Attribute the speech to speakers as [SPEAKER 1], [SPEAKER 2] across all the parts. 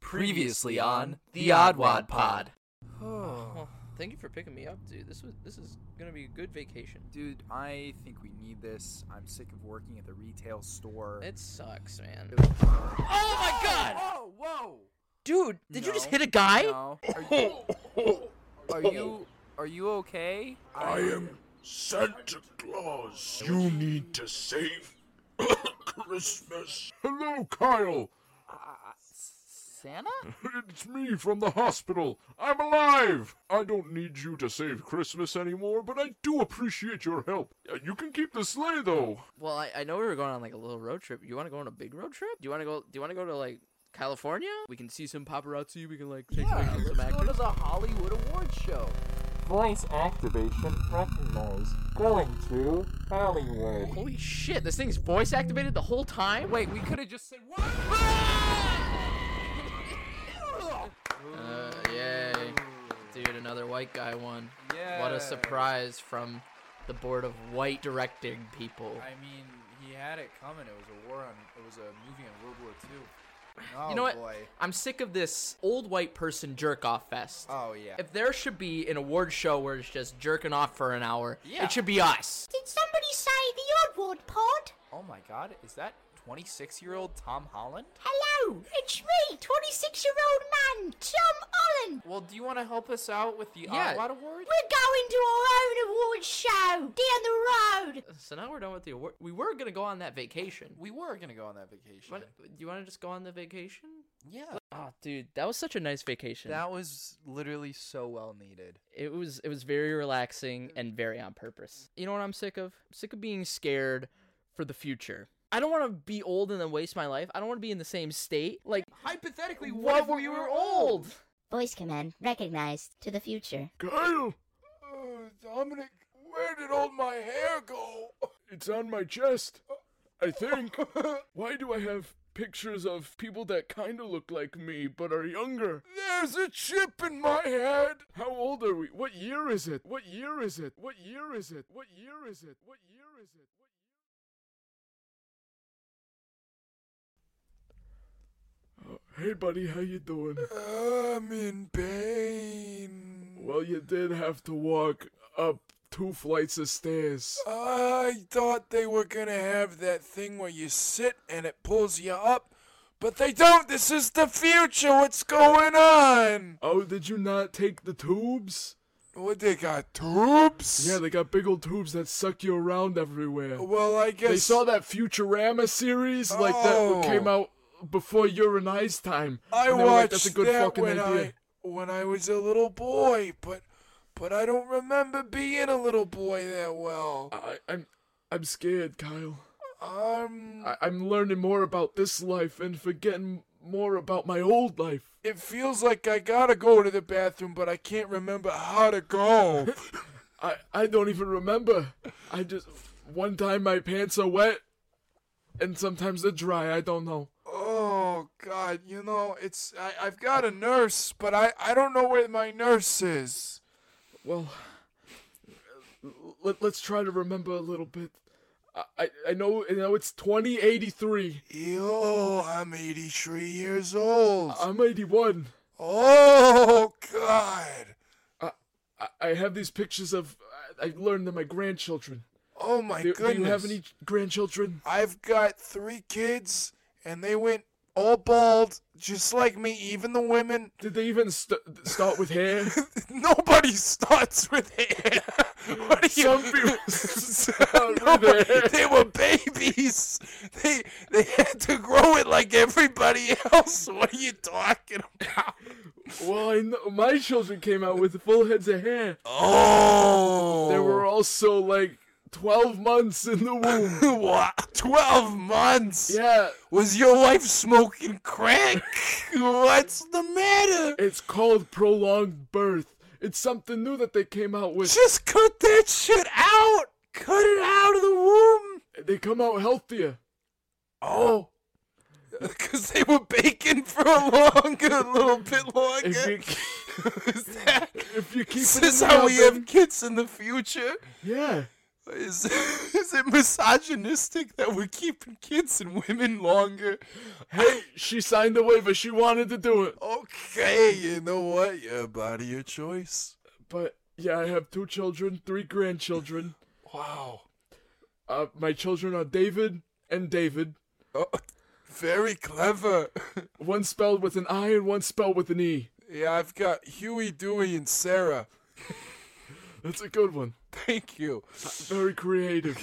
[SPEAKER 1] Previously on The Oddwad Pod.
[SPEAKER 2] Oh.
[SPEAKER 3] Well, thank you for picking me up, dude. This was this is gonna be a good vacation.
[SPEAKER 2] Dude, I think we need this. I'm sick of working at the retail store.
[SPEAKER 3] It sucks, man.
[SPEAKER 2] oh
[SPEAKER 3] Oh my god,
[SPEAKER 2] Oh, whoa!
[SPEAKER 3] dude! Did you
[SPEAKER 2] No.
[SPEAKER 3] just hit a guy?
[SPEAKER 2] No. Are you, are you are you okay?
[SPEAKER 4] I am Santa Claus. You need to save Christmas. Hello, Kyle.
[SPEAKER 2] Uh, Santa?
[SPEAKER 4] It's me from the hospital. I'm alive. I don't need you to save Christmas anymore, but I do appreciate your help. Uh, You can keep the sleigh, though.
[SPEAKER 3] Well, I, I know we were going on like a little road trip. You want to go on a big road trip? Do you want to go? Do you want to go to like California? We can see some paparazzi. We can like take
[SPEAKER 2] Yeah,
[SPEAKER 3] pictures of some
[SPEAKER 2] let's go to
[SPEAKER 3] actors.
[SPEAKER 2] the Hollywood Awards show.
[SPEAKER 5] Voice activation recognized. Going to Hollywood.
[SPEAKER 3] Holy shit! This thing's voice activated the whole time.
[SPEAKER 2] Wait, we could have just said what?
[SPEAKER 3] Uh, yay, dude! Another white guy won.
[SPEAKER 2] Yeah.
[SPEAKER 3] What a surprise from the board of white directing people.
[SPEAKER 2] I mean, he had it coming. It was a war on. It was a movie on World War II. Oh
[SPEAKER 3] you know what?
[SPEAKER 2] boy.
[SPEAKER 3] I'm sick of this old white person jerk off fest.
[SPEAKER 2] Oh yeah.
[SPEAKER 3] If there should be an award show where it's just jerking off for an hour,
[SPEAKER 2] Yeah.
[SPEAKER 3] it should be us.
[SPEAKER 6] Did somebody say the Oddward Pod?
[SPEAKER 2] oh my God, is that 26-year-old Tom Holland?
[SPEAKER 6] Hello, it's me, 26 year old man, Tom Holland.
[SPEAKER 2] Well, do you want to help us out with the
[SPEAKER 3] Yeah.
[SPEAKER 2] Ottawa Award?
[SPEAKER 6] We're going to our own award show down the road.
[SPEAKER 3] So now we're done with the award. We were gonna go on that vacation.
[SPEAKER 2] We were gonna go on that vacation.
[SPEAKER 3] What- do you want to just go on the vacation?
[SPEAKER 2] yeah,
[SPEAKER 3] Oh, dude, that was such a nice vacation.
[SPEAKER 2] that was literally so well needed.
[SPEAKER 3] it was it was very relaxing and very on purpose. You know what I'm sick of? I'm sick of being scared for the future. I don't want to be old and then waste my life. I don't want to be in the same state. Like,
[SPEAKER 2] Hypothetically,
[SPEAKER 3] what were you were old?
[SPEAKER 6] Voice command recognized to the future.
[SPEAKER 4] Kyle,
[SPEAKER 2] Oh, Dominic, where did all my hair go?
[SPEAKER 4] it's on my chest. I think. Why do I have pictures of people that kind of look like me but are younger? There's a chip in my head. How old are we? What year is it? What year is it? What year is it? What year is it? What year is it? What year? Oh, Hey buddy, how you doing?
[SPEAKER 7] I'm in pain.
[SPEAKER 4] Well, you did have to walk up two flights of stairs.
[SPEAKER 7] I thought they were gonna have that thing where you sit and it pulls you up, but they don't. This is the future. What's going on?
[SPEAKER 4] Oh, did you not take the tubes?
[SPEAKER 7] What they got tubes?
[SPEAKER 4] Yeah, they got big old tubes that suck you around everywhere.
[SPEAKER 7] well, I guess
[SPEAKER 4] They saw that Futurama series, like that
[SPEAKER 7] Oh.
[SPEAKER 4] came out before your and I's time.
[SPEAKER 7] I
[SPEAKER 4] and they
[SPEAKER 7] watched
[SPEAKER 4] were like, That's a good
[SPEAKER 7] that
[SPEAKER 4] fucking
[SPEAKER 7] when
[SPEAKER 4] idea.
[SPEAKER 7] I when I was a little boy, but but I don't remember being a little boy that well.
[SPEAKER 4] I, I'm, I'm scared, Kyle.
[SPEAKER 7] Um,
[SPEAKER 4] I, I'm learning more about this life and forgetting more about my old life.
[SPEAKER 7] it feels like I gotta go to the bathroom, but I can't remember how to go.
[SPEAKER 4] I, I don't even remember. I just one time my pants are wet, and sometimes they're dry. I don't know.
[SPEAKER 7] Oh God, you know it's I, I've got a nurse, but I I don't know where my nurse is.
[SPEAKER 4] Well, let, let's try to remember a little bit. I, I, I know I know it's 2083.
[SPEAKER 7] Yo, I'm 83 years old.
[SPEAKER 4] I'm 81.
[SPEAKER 7] oh God.
[SPEAKER 4] I, I have these pictures of. I, I learned them my grandchildren.
[SPEAKER 7] Oh my
[SPEAKER 4] Do, do
[SPEAKER 7] goodness.
[SPEAKER 4] you have any grandchildren?
[SPEAKER 7] I've got three kids, and they went all bald, just like me. Even the women.
[SPEAKER 4] Did they even st- start with hair?
[SPEAKER 7] Nobody starts with hair. what are you?
[SPEAKER 4] Some people
[SPEAKER 7] No,
[SPEAKER 4] with hair.
[SPEAKER 7] they were babies. They they had to grow it like everybody else. What are you talking about?
[SPEAKER 4] well, I know my children came out with full heads of hair.
[SPEAKER 7] Oh,
[SPEAKER 4] They were also like 12 months in the womb.
[SPEAKER 7] Wha- twelve months.
[SPEAKER 4] Yeah,
[SPEAKER 7] Was your wife smoking crack? What's the matter?
[SPEAKER 4] it's called prolonged birth. It's something new that they came out with.
[SPEAKER 7] Just cut that shit out. Cut it out of the womb.
[SPEAKER 4] They come out healthier.
[SPEAKER 7] Oh. Because they were baking for a longer, a little bit longer.
[SPEAKER 4] If you,
[SPEAKER 7] Is that-
[SPEAKER 4] if you keep
[SPEAKER 7] Is
[SPEAKER 4] it in
[SPEAKER 7] this
[SPEAKER 4] the
[SPEAKER 7] how we
[SPEAKER 4] oven-
[SPEAKER 7] have kids in the future?
[SPEAKER 4] yeah.
[SPEAKER 7] Is, is it misogynistic that we're keeping kids and women longer?
[SPEAKER 4] Hey, she signed the waiver. She wanted to do it.
[SPEAKER 7] Okay, you know what? Your body, your choice.
[SPEAKER 4] But yeah, I have two children, three grandchildren.
[SPEAKER 7] Wow.
[SPEAKER 4] Uh, my children are David and David.
[SPEAKER 7] Oh, very clever.
[SPEAKER 4] One spelled with an I and one spelled with an E.
[SPEAKER 7] yeah, I've got Huey, Dewey, and Sarah.
[SPEAKER 4] That's a good one.
[SPEAKER 7] Thank you.
[SPEAKER 4] Very creative.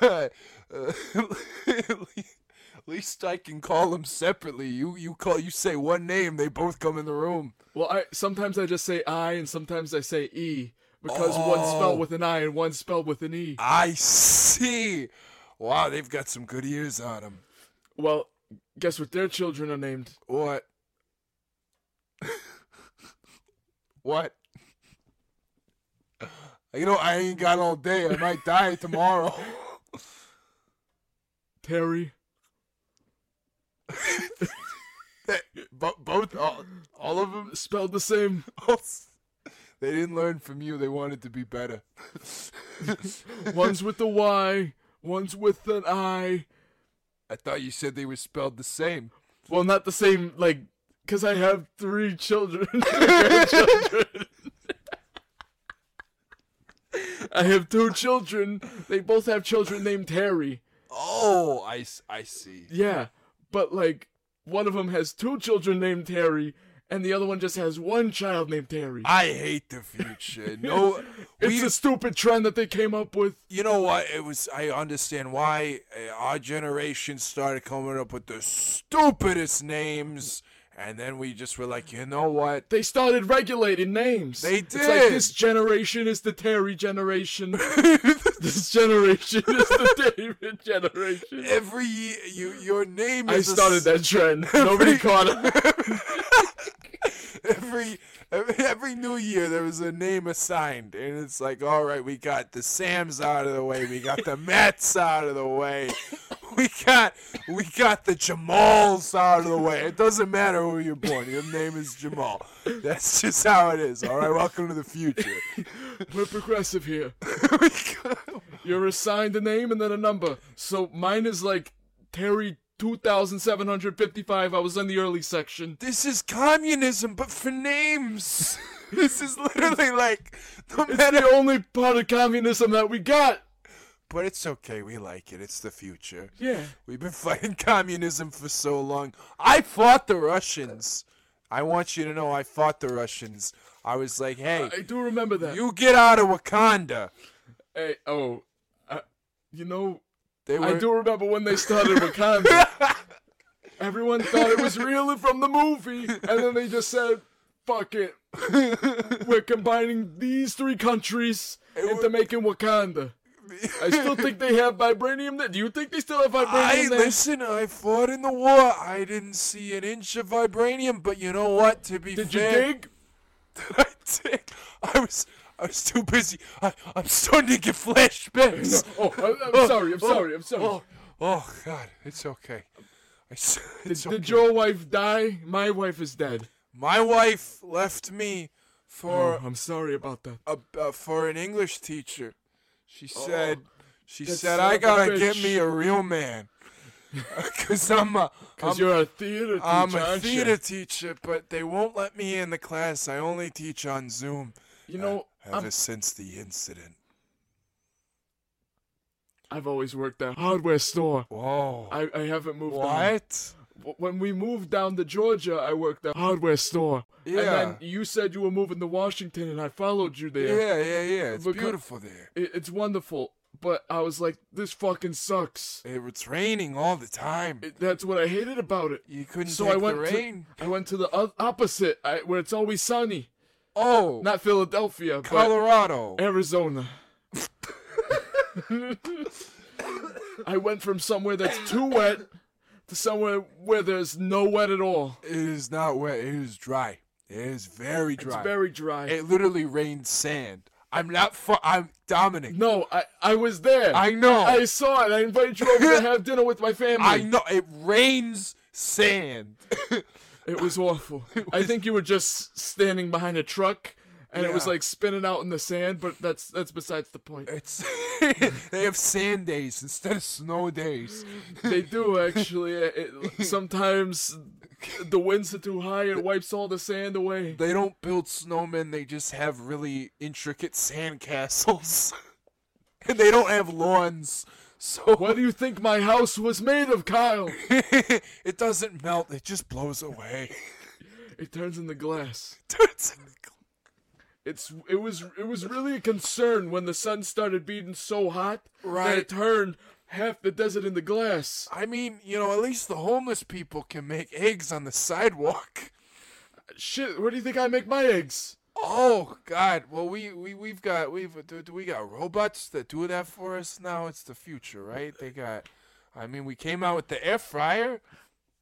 [SPEAKER 7] Uh, At least I can call them separately. You you call you say one name, they both come in the room.
[SPEAKER 4] Well, I sometimes I just say I and sometimes I say E because one
[SPEAKER 7] Oh.
[SPEAKER 4] spelled with an I and one spelled with an E.
[SPEAKER 7] I see. Wow, they've got some good ears on them.
[SPEAKER 4] Well, guess what their children are named?
[SPEAKER 7] What? what? You know, I ain't got all day. I might die tomorrow.
[SPEAKER 4] Terry.
[SPEAKER 7] Bo- both, all, all of them.
[SPEAKER 4] Spelled the same.
[SPEAKER 7] They didn't learn from you. They wanted to be better.
[SPEAKER 4] One's with the Y, one's with an I.
[SPEAKER 7] I thought you said they were spelled the same.
[SPEAKER 4] Well, not the same, like, because I have three children. grandchildren. I have two children. They both have children named Terry.
[SPEAKER 7] Oh, I, s- I see.
[SPEAKER 4] Yeah, but, like, one of them has two children named Terry, and the other one just has one child named Terry.
[SPEAKER 7] I hate the future. No, we,
[SPEAKER 4] it's a stupid trend that they came up with.
[SPEAKER 7] you know what? It was. I understand why uh, our generation started coming up with the stupidest names, and then we just were like, you know what?
[SPEAKER 4] They started regulating names.
[SPEAKER 7] They
[SPEAKER 4] It's like
[SPEAKER 7] did.
[SPEAKER 4] this generation is the Terry generation. this generation is the David generation.
[SPEAKER 7] Every year, you your name.
[SPEAKER 4] I
[SPEAKER 7] Is a
[SPEAKER 4] started
[SPEAKER 7] s-
[SPEAKER 4] that trend. Nobody caught it.
[SPEAKER 7] every every new year there was a name assigned and it's like all right we got the sams out of the way we got the mets out of the way we got we got the jamals out of the way it doesn't matter who you're born your name is jamal that's just how it is all right welcome to the future
[SPEAKER 4] We're progressive here. You're assigned a name and then a number. So mine is like Terry 2755. I was in the early section.
[SPEAKER 7] this is communism but for names this is literally like no
[SPEAKER 4] It's
[SPEAKER 7] matter
[SPEAKER 4] the only part of communism that we got.
[SPEAKER 7] but it's okay we like it it's the future
[SPEAKER 4] Yeah.
[SPEAKER 7] We've been fighting communism for so long. I fought the Russians. I want you to know I fought the Russians. I was like, hey,
[SPEAKER 4] I do remember that.
[SPEAKER 7] you get out of Wakanda.
[SPEAKER 4] Hey, oh, I, you know,
[SPEAKER 7] They were
[SPEAKER 4] I do remember when they started Wakanda. Everyone thought it was really from the movie, and then they just said, "Fuck it, we're combining these three countries into
[SPEAKER 7] wa-
[SPEAKER 4] making Wakanda." I still think they have vibranium. There. Do you think they still have vibranium?
[SPEAKER 7] I
[SPEAKER 4] there?
[SPEAKER 7] listen, I fought in the war. I didn't see an inch of vibranium, but you know what? To be
[SPEAKER 4] Did you
[SPEAKER 7] fair,
[SPEAKER 4] dig?
[SPEAKER 7] I did. I was I was too busy. I, I'm starting to get flashbacks.
[SPEAKER 4] Oh, I, I'm sorry. I'm sorry. I'm sorry.
[SPEAKER 7] Oh, oh God, it's okay. I s- It's okay.
[SPEAKER 4] Did your wife die? My wife is dead.
[SPEAKER 7] My wife left me
[SPEAKER 4] Oh,
[SPEAKER 7] for
[SPEAKER 4] I'm sorry about that.
[SPEAKER 7] a, uh, for an English teacher. She
[SPEAKER 4] Oh,
[SPEAKER 7] said, she
[SPEAKER 4] that
[SPEAKER 7] said,
[SPEAKER 4] son of
[SPEAKER 7] I
[SPEAKER 4] a
[SPEAKER 7] gotta
[SPEAKER 4] bitch."
[SPEAKER 7] get me a real man, cause I'm a, I'm,
[SPEAKER 4] Cause you're a theater teacher.
[SPEAKER 7] I'm a
[SPEAKER 4] aren't you?
[SPEAKER 7] theater teacher, but they won't let me in the class. I only teach on Zoom. uh,
[SPEAKER 4] You know,
[SPEAKER 7] ever
[SPEAKER 4] I'm-
[SPEAKER 7] since the incident.
[SPEAKER 4] I've always worked at a hardware store.
[SPEAKER 7] Whoa.
[SPEAKER 4] I, I haven't moved. on.
[SPEAKER 7] what?
[SPEAKER 4] W- When we moved down to Georgia, I worked at a hardware store. And then
[SPEAKER 7] Yeah.
[SPEAKER 4] you said you were moving to Washington, and I followed you
[SPEAKER 7] Yeah,
[SPEAKER 4] there.
[SPEAKER 7] yeah, yeah. It's
[SPEAKER 4] Because-
[SPEAKER 7] beautiful there.
[SPEAKER 4] It, it's wonderful, but I was like, this fucking sucks.
[SPEAKER 7] It was raining all the time.
[SPEAKER 4] It- that's what I hated about it.
[SPEAKER 7] you couldn't
[SPEAKER 4] So
[SPEAKER 7] take
[SPEAKER 4] I went.
[SPEAKER 7] the rain.
[SPEAKER 4] To, I went to the o- opposite, I, where it's always sunny.
[SPEAKER 7] oh,
[SPEAKER 4] Not Philadelphia,
[SPEAKER 7] Colorado.
[SPEAKER 4] but Arizona. I went from somewhere that's too wet to somewhere where there's no wet at all.
[SPEAKER 7] It is not wet. It is dry. It is very dry.
[SPEAKER 4] It's very dry.
[SPEAKER 7] It literally rained sand. I'm not. Fu- I'm Dominic.
[SPEAKER 4] no, I, I was there.
[SPEAKER 7] I know.
[SPEAKER 4] I saw it. I invited you over to have dinner with my family.
[SPEAKER 7] I know it rains sand.
[SPEAKER 4] It was awful. I think you were just standing behind a truck and it was
[SPEAKER 7] Yeah.
[SPEAKER 4] like spinning out in the sand. But that's that's besides the point.
[SPEAKER 7] It's they have sand days instead of snow days.
[SPEAKER 4] They do actually. It, it- sometimes the winds are too high and wipes all the sand away.
[SPEAKER 7] They don't build snowmen, they just have really intricate sand castles. and they don't have lawns. So
[SPEAKER 4] What do you think my house was made of, Kyle?
[SPEAKER 7] it doesn't melt, it just blows away.
[SPEAKER 4] It turns into glass.
[SPEAKER 7] Turns into gl-
[SPEAKER 4] It's it was it was really a concern when the sun started beating so hot that
[SPEAKER 7] Right.
[SPEAKER 4] it turned half the desert into glass.
[SPEAKER 7] I mean, you know, at least the homeless people can make eggs on the sidewalk.
[SPEAKER 4] Shit, where do you think I make my eggs?
[SPEAKER 7] Oh God! Well, we we we have got we've do, do we got robots that do that for us now. It's the future, right? They got. I mean, we came out with the air fryer.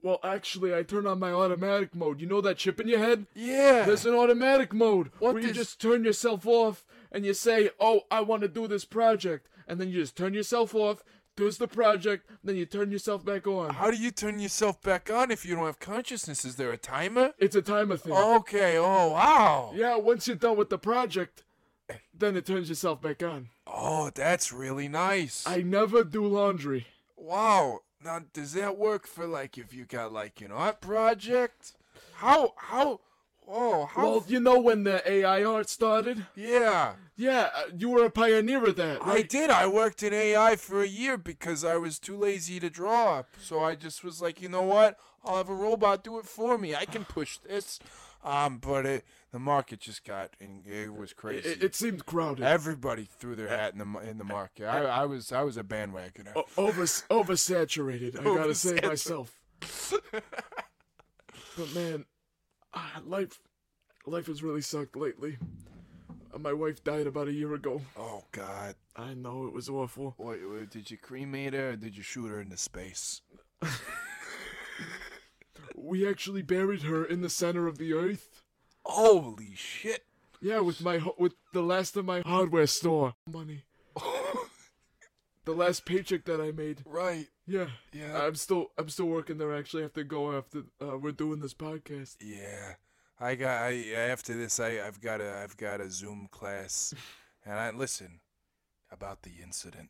[SPEAKER 4] Well, actually, I turn on my automatic mode. You know that chip in your head?
[SPEAKER 7] Yeah.
[SPEAKER 4] There's an automatic mode
[SPEAKER 7] What
[SPEAKER 4] where you
[SPEAKER 7] is-
[SPEAKER 4] just turn yourself off and you say, "Oh, I want to do this project," and then you just turn yourself off, does the project, then you turn yourself back on.
[SPEAKER 7] How do you turn yourself back on if you don't have consciousness? Is there a timer?
[SPEAKER 4] It's a timer thing.
[SPEAKER 7] Okay. Oh wow.
[SPEAKER 4] Yeah, once you're done with the project, then it turns yourself back on.
[SPEAKER 7] Oh, that's really nice.
[SPEAKER 4] I never do laundry.
[SPEAKER 7] Wow. Now, does that work for like if you got like an art project? How how? Oh, how?
[SPEAKER 4] Well, you know when the AI art started?
[SPEAKER 7] yeah.
[SPEAKER 4] Yeah, uh, you were a pioneer of that,
[SPEAKER 7] I
[SPEAKER 4] right?
[SPEAKER 7] did. I worked in AI for a year because I was too lazy to draw. So I just was like, you know what? I'll have a robot do it for me. I can push this. Um, but it, the market just got and it was crazy.
[SPEAKER 4] It, it seemed crowded.
[SPEAKER 7] Everybody threw their hat in the mar- in the market. I, Oh. I was I was a bandwagoner.
[SPEAKER 4] O- over oversaturated, I gotta say
[SPEAKER 7] Oversaturated.
[SPEAKER 4] myself. but man, ah, life life has really sucked lately. Uh, My wife died about a year ago.
[SPEAKER 7] Oh God!
[SPEAKER 4] I know it was awful.
[SPEAKER 7] Wait, wait, did you cremate her? or Did you shoot her into space?
[SPEAKER 4] We actually buried her in the center of the earth.
[SPEAKER 7] Holy shit!
[SPEAKER 4] Yeah, with my ho- with the last of my hardware store money, the last paycheck that I made.
[SPEAKER 7] right?
[SPEAKER 4] Yeah,
[SPEAKER 7] Yeah.
[SPEAKER 4] I'm still I'm still working there. Actually, I have to go after uh, we're doing this podcast.
[SPEAKER 7] Yeah, I got. I after this, I I've got a I've got a Zoom class, and I listen about the incident.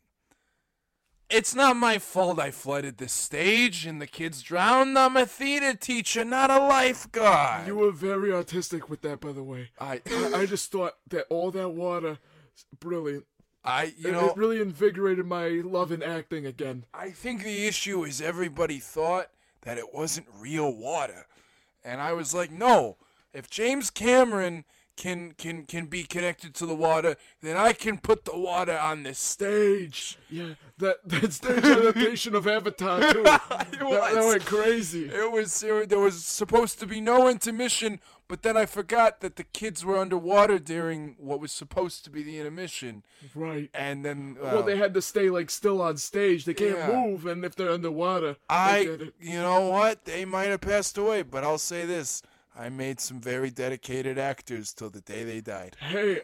[SPEAKER 7] It's not my fault I flooded the stage and the kids drowned. I'm a theater teacher, not a lifeguard.
[SPEAKER 4] You were very artistic with that, by the way.
[SPEAKER 7] I
[SPEAKER 4] I, I just thought that all that water, brilliant.
[SPEAKER 7] I you
[SPEAKER 4] It-
[SPEAKER 7] know
[SPEAKER 4] it really invigorated my love in acting again.
[SPEAKER 7] I think the issue is everybody thought that it wasn't real water. And I was like, no, if James Cameron can can can be connected to the water, then I can put the water on this stage.
[SPEAKER 4] Yeah, that that stage adaptation of Avatar too. that, that
[SPEAKER 7] was.
[SPEAKER 4] went crazy.
[SPEAKER 7] It was it, there was supposed to be no intermission, but then I forgot that the kids were underwater during what was supposed to be the intermission,
[SPEAKER 4] Right.
[SPEAKER 7] and then uh,
[SPEAKER 4] Well, they had to stay like still on stage. They can't
[SPEAKER 7] Yeah.
[SPEAKER 4] move, and if they're underwater, they get
[SPEAKER 7] I,
[SPEAKER 4] it.
[SPEAKER 7] you know what? They might have passed away, but I'll say this: I made some very dedicated actors till the day they died.
[SPEAKER 4] Hey,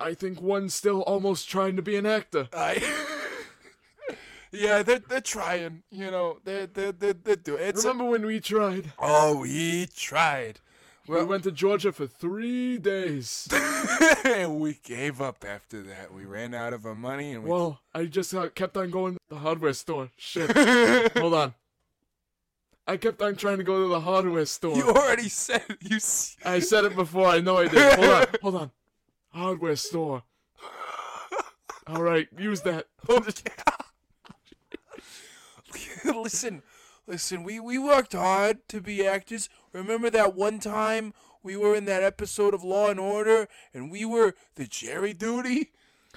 [SPEAKER 4] I think one's still almost trying to be an actor.
[SPEAKER 7] I, yeah, they're they're trying. You know, they're they're they're, they're doing. It's a,
[SPEAKER 4] Remember when we tried?
[SPEAKER 7] oh, we tried.
[SPEAKER 4] we went to Georgia for three days.
[SPEAKER 7] and we gave up after that. We ran out of our money, and we
[SPEAKER 4] Well, I just uh, kept on going to the hardware store. Shit. Hold on. I kept on trying to go to the hardware store.
[SPEAKER 7] you already said you. s-
[SPEAKER 4] I said it before. I know I did. Hold on. Hold on. Hardware store. All right, use that.
[SPEAKER 7] listen, listen. We we worked hard to be actors. Remember that one time we were in that episode of Law and Order, and we were the Jerry duty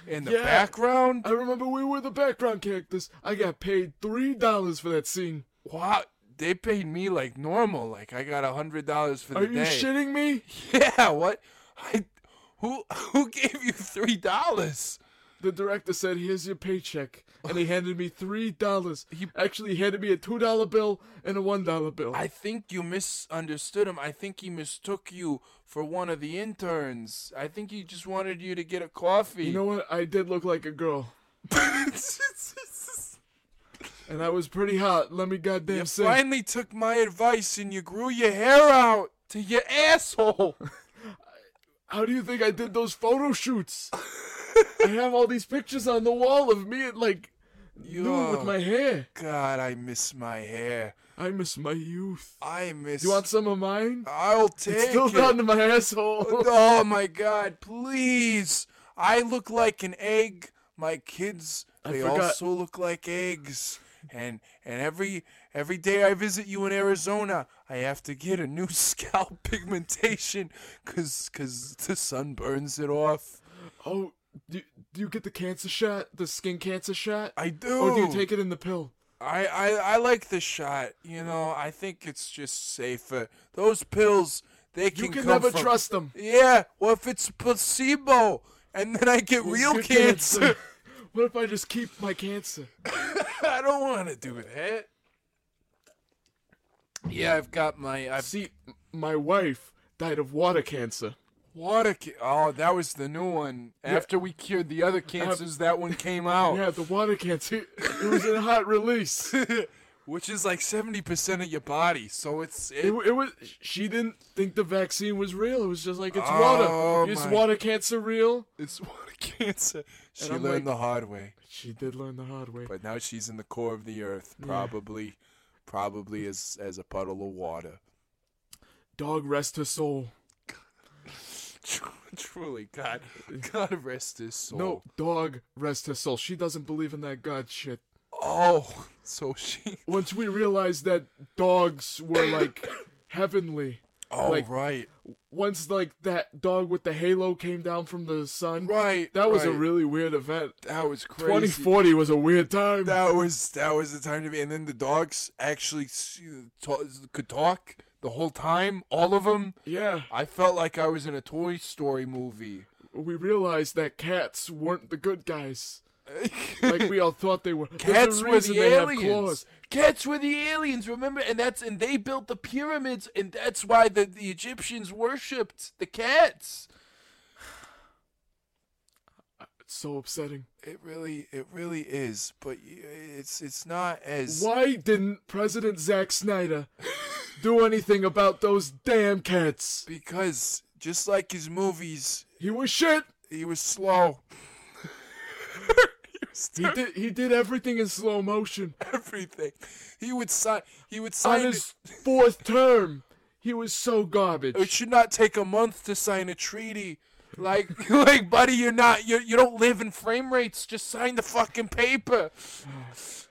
[SPEAKER 7] in the
[SPEAKER 4] Yeah.
[SPEAKER 7] background.
[SPEAKER 4] I remember we were the background characters. I got paid three dollars for that scene.
[SPEAKER 7] Wow, they paid me like normal. Like I got a hundred dollars for the
[SPEAKER 4] Are
[SPEAKER 7] day.
[SPEAKER 4] you shitting me?
[SPEAKER 7] Yeah. What? I who who gave you three dollars?
[SPEAKER 4] The director said, "Here's your paycheck," and he handed me three dollars. He actually handed me a two dollar bill and a one dollar bill.
[SPEAKER 7] I think you misunderstood him. I think he mistook you for one of the interns. I think he just wanted you to get a coffee.
[SPEAKER 4] you know what? I did look like a girl, and I was pretty hot. Let me goddamn
[SPEAKER 7] you
[SPEAKER 4] say.
[SPEAKER 7] finally took my advice and you grew your hair out to your asshole.
[SPEAKER 4] How do you think I did those photo shoots? I have all these pictures on the wall of me at like nude
[SPEAKER 7] Yo.
[SPEAKER 4] with my hair.
[SPEAKER 7] God, I miss my hair.
[SPEAKER 4] I miss my youth.
[SPEAKER 7] I miss.
[SPEAKER 4] Do you want some of mine?
[SPEAKER 7] I'll take
[SPEAKER 4] It's still
[SPEAKER 7] it.
[SPEAKER 4] down to my asshole.
[SPEAKER 7] oh my God! Please. I look like an egg. My kids.
[SPEAKER 4] I
[SPEAKER 7] they
[SPEAKER 4] forgot-
[SPEAKER 7] also look like eggs. And and every every day I visit you in Arizona, I have to get a new scalp pigmentation, cause cause the sun burns it off.
[SPEAKER 4] Oh, do, do you get the cancer shot? The skin cancer shot?
[SPEAKER 7] I do.
[SPEAKER 4] Or Oh, do you take it in the pill?
[SPEAKER 7] I, I I like the shot. You know, I think it's just safer. Those pills, they can.
[SPEAKER 4] You can
[SPEAKER 7] come
[SPEAKER 4] never
[SPEAKER 7] from-
[SPEAKER 4] trust them.
[SPEAKER 7] Yeah. Well, if it's placebo, and then I get real
[SPEAKER 4] You're gonna-
[SPEAKER 7] cancer,
[SPEAKER 4] What if I just keep my cancer?
[SPEAKER 7] I don't want to do that. Yeah, I've got my I've
[SPEAKER 4] See, m- my wife died of water cancer.
[SPEAKER 7] water. Ca- oh, that was the new one. After we cured the other cancers, that one came out,
[SPEAKER 4] Uh, Yeah, the water cancer. It was in hot release. It,
[SPEAKER 7] which is like seventy percent of your body. So it's it,
[SPEAKER 4] w- it was. She didn't think the vaccine was real. It was just like it's
[SPEAKER 7] Oh,
[SPEAKER 4] water. Is
[SPEAKER 7] my-
[SPEAKER 4] water cancer real?
[SPEAKER 7] it's water cancer. She
[SPEAKER 4] I'm like-
[SPEAKER 7] learned the hard way.
[SPEAKER 4] She did learn the hard way.
[SPEAKER 7] but now she's in the core of the earth, probably, probably as as a puddle of water.
[SPEAKER 4] Dog rest her soul.
[SPEAKER 7] Truly, God, God rest his soul.
[SPEAKER 4] No, dog rest her soul. She doesn't believe in that god shit.
[SPEAKER 7] Oh, so she.
[SPEAKER 4] Once we realized that dogs were like heavenly.
[SPEAKER 7] Oh,
[SPEAKER 4] Like-
[SPEAKER 7] right,
[SPEAKER 4] Once like that dog with the halo came down from the sun.
[SPEAKER 7] right.
[SPEAKER 4] That was a
[SPEAKER 7] right.
[SPEAKER 4] really weird event.
[SPEAKER 7] That was crazy.
[SPEAKER 4] 2040 was a weird time.
[SPEAKER 7] That was that was the time to be. And then the dogs actually s- ta- could talk the whole time. All of them.
[SPEAKER 4] yeah.
[SPEAKER 7] I felt like I was in a Toy Story movie.
[SPEAKER 4] we realized that cats weren't the good guys. Like we all thought they were. There's a
[SPEAKER 7] Cats were
[SPEAKER 4] reason
[SPEAKER 7] the
[SPEAKER 4] they have
[SPEAKER 7] aliens.
[SPEAKER 4] claws.
[SPEAKER 7] Cats were the aliens. Remember, and that's and they built the pyramids, and that's why the, the Egyptians worshipped the cats.
[SPEAKER 4] It's so upsetting.
[SPEAKER 7] It really, it really is, but y- it's it's not as
[SPEAKER 4] Why didn't President Zack Snyder do anything about those damn cats?
[SPEAKER 7] because just like his movies,
[SPEAKER 4] He was shit.
[SPEAKER 7] he was slow. he was
[SPEAKER 4] He did. He did everything in slow motion.
[SPEAKER 7] everything. He would sign. He would
[SPEAKER 4] On
[SPEAKER 7] sign.
[SPEAKER 4] his fourth term, he was so
[SPEAKER 7] it
[SPEAKER 4] garbage.
[SPEAKER 7] should not take a month to sign a treaty. Like, like, buddy, you're not, you you don't live in frame rates. Just sign the fucking paper.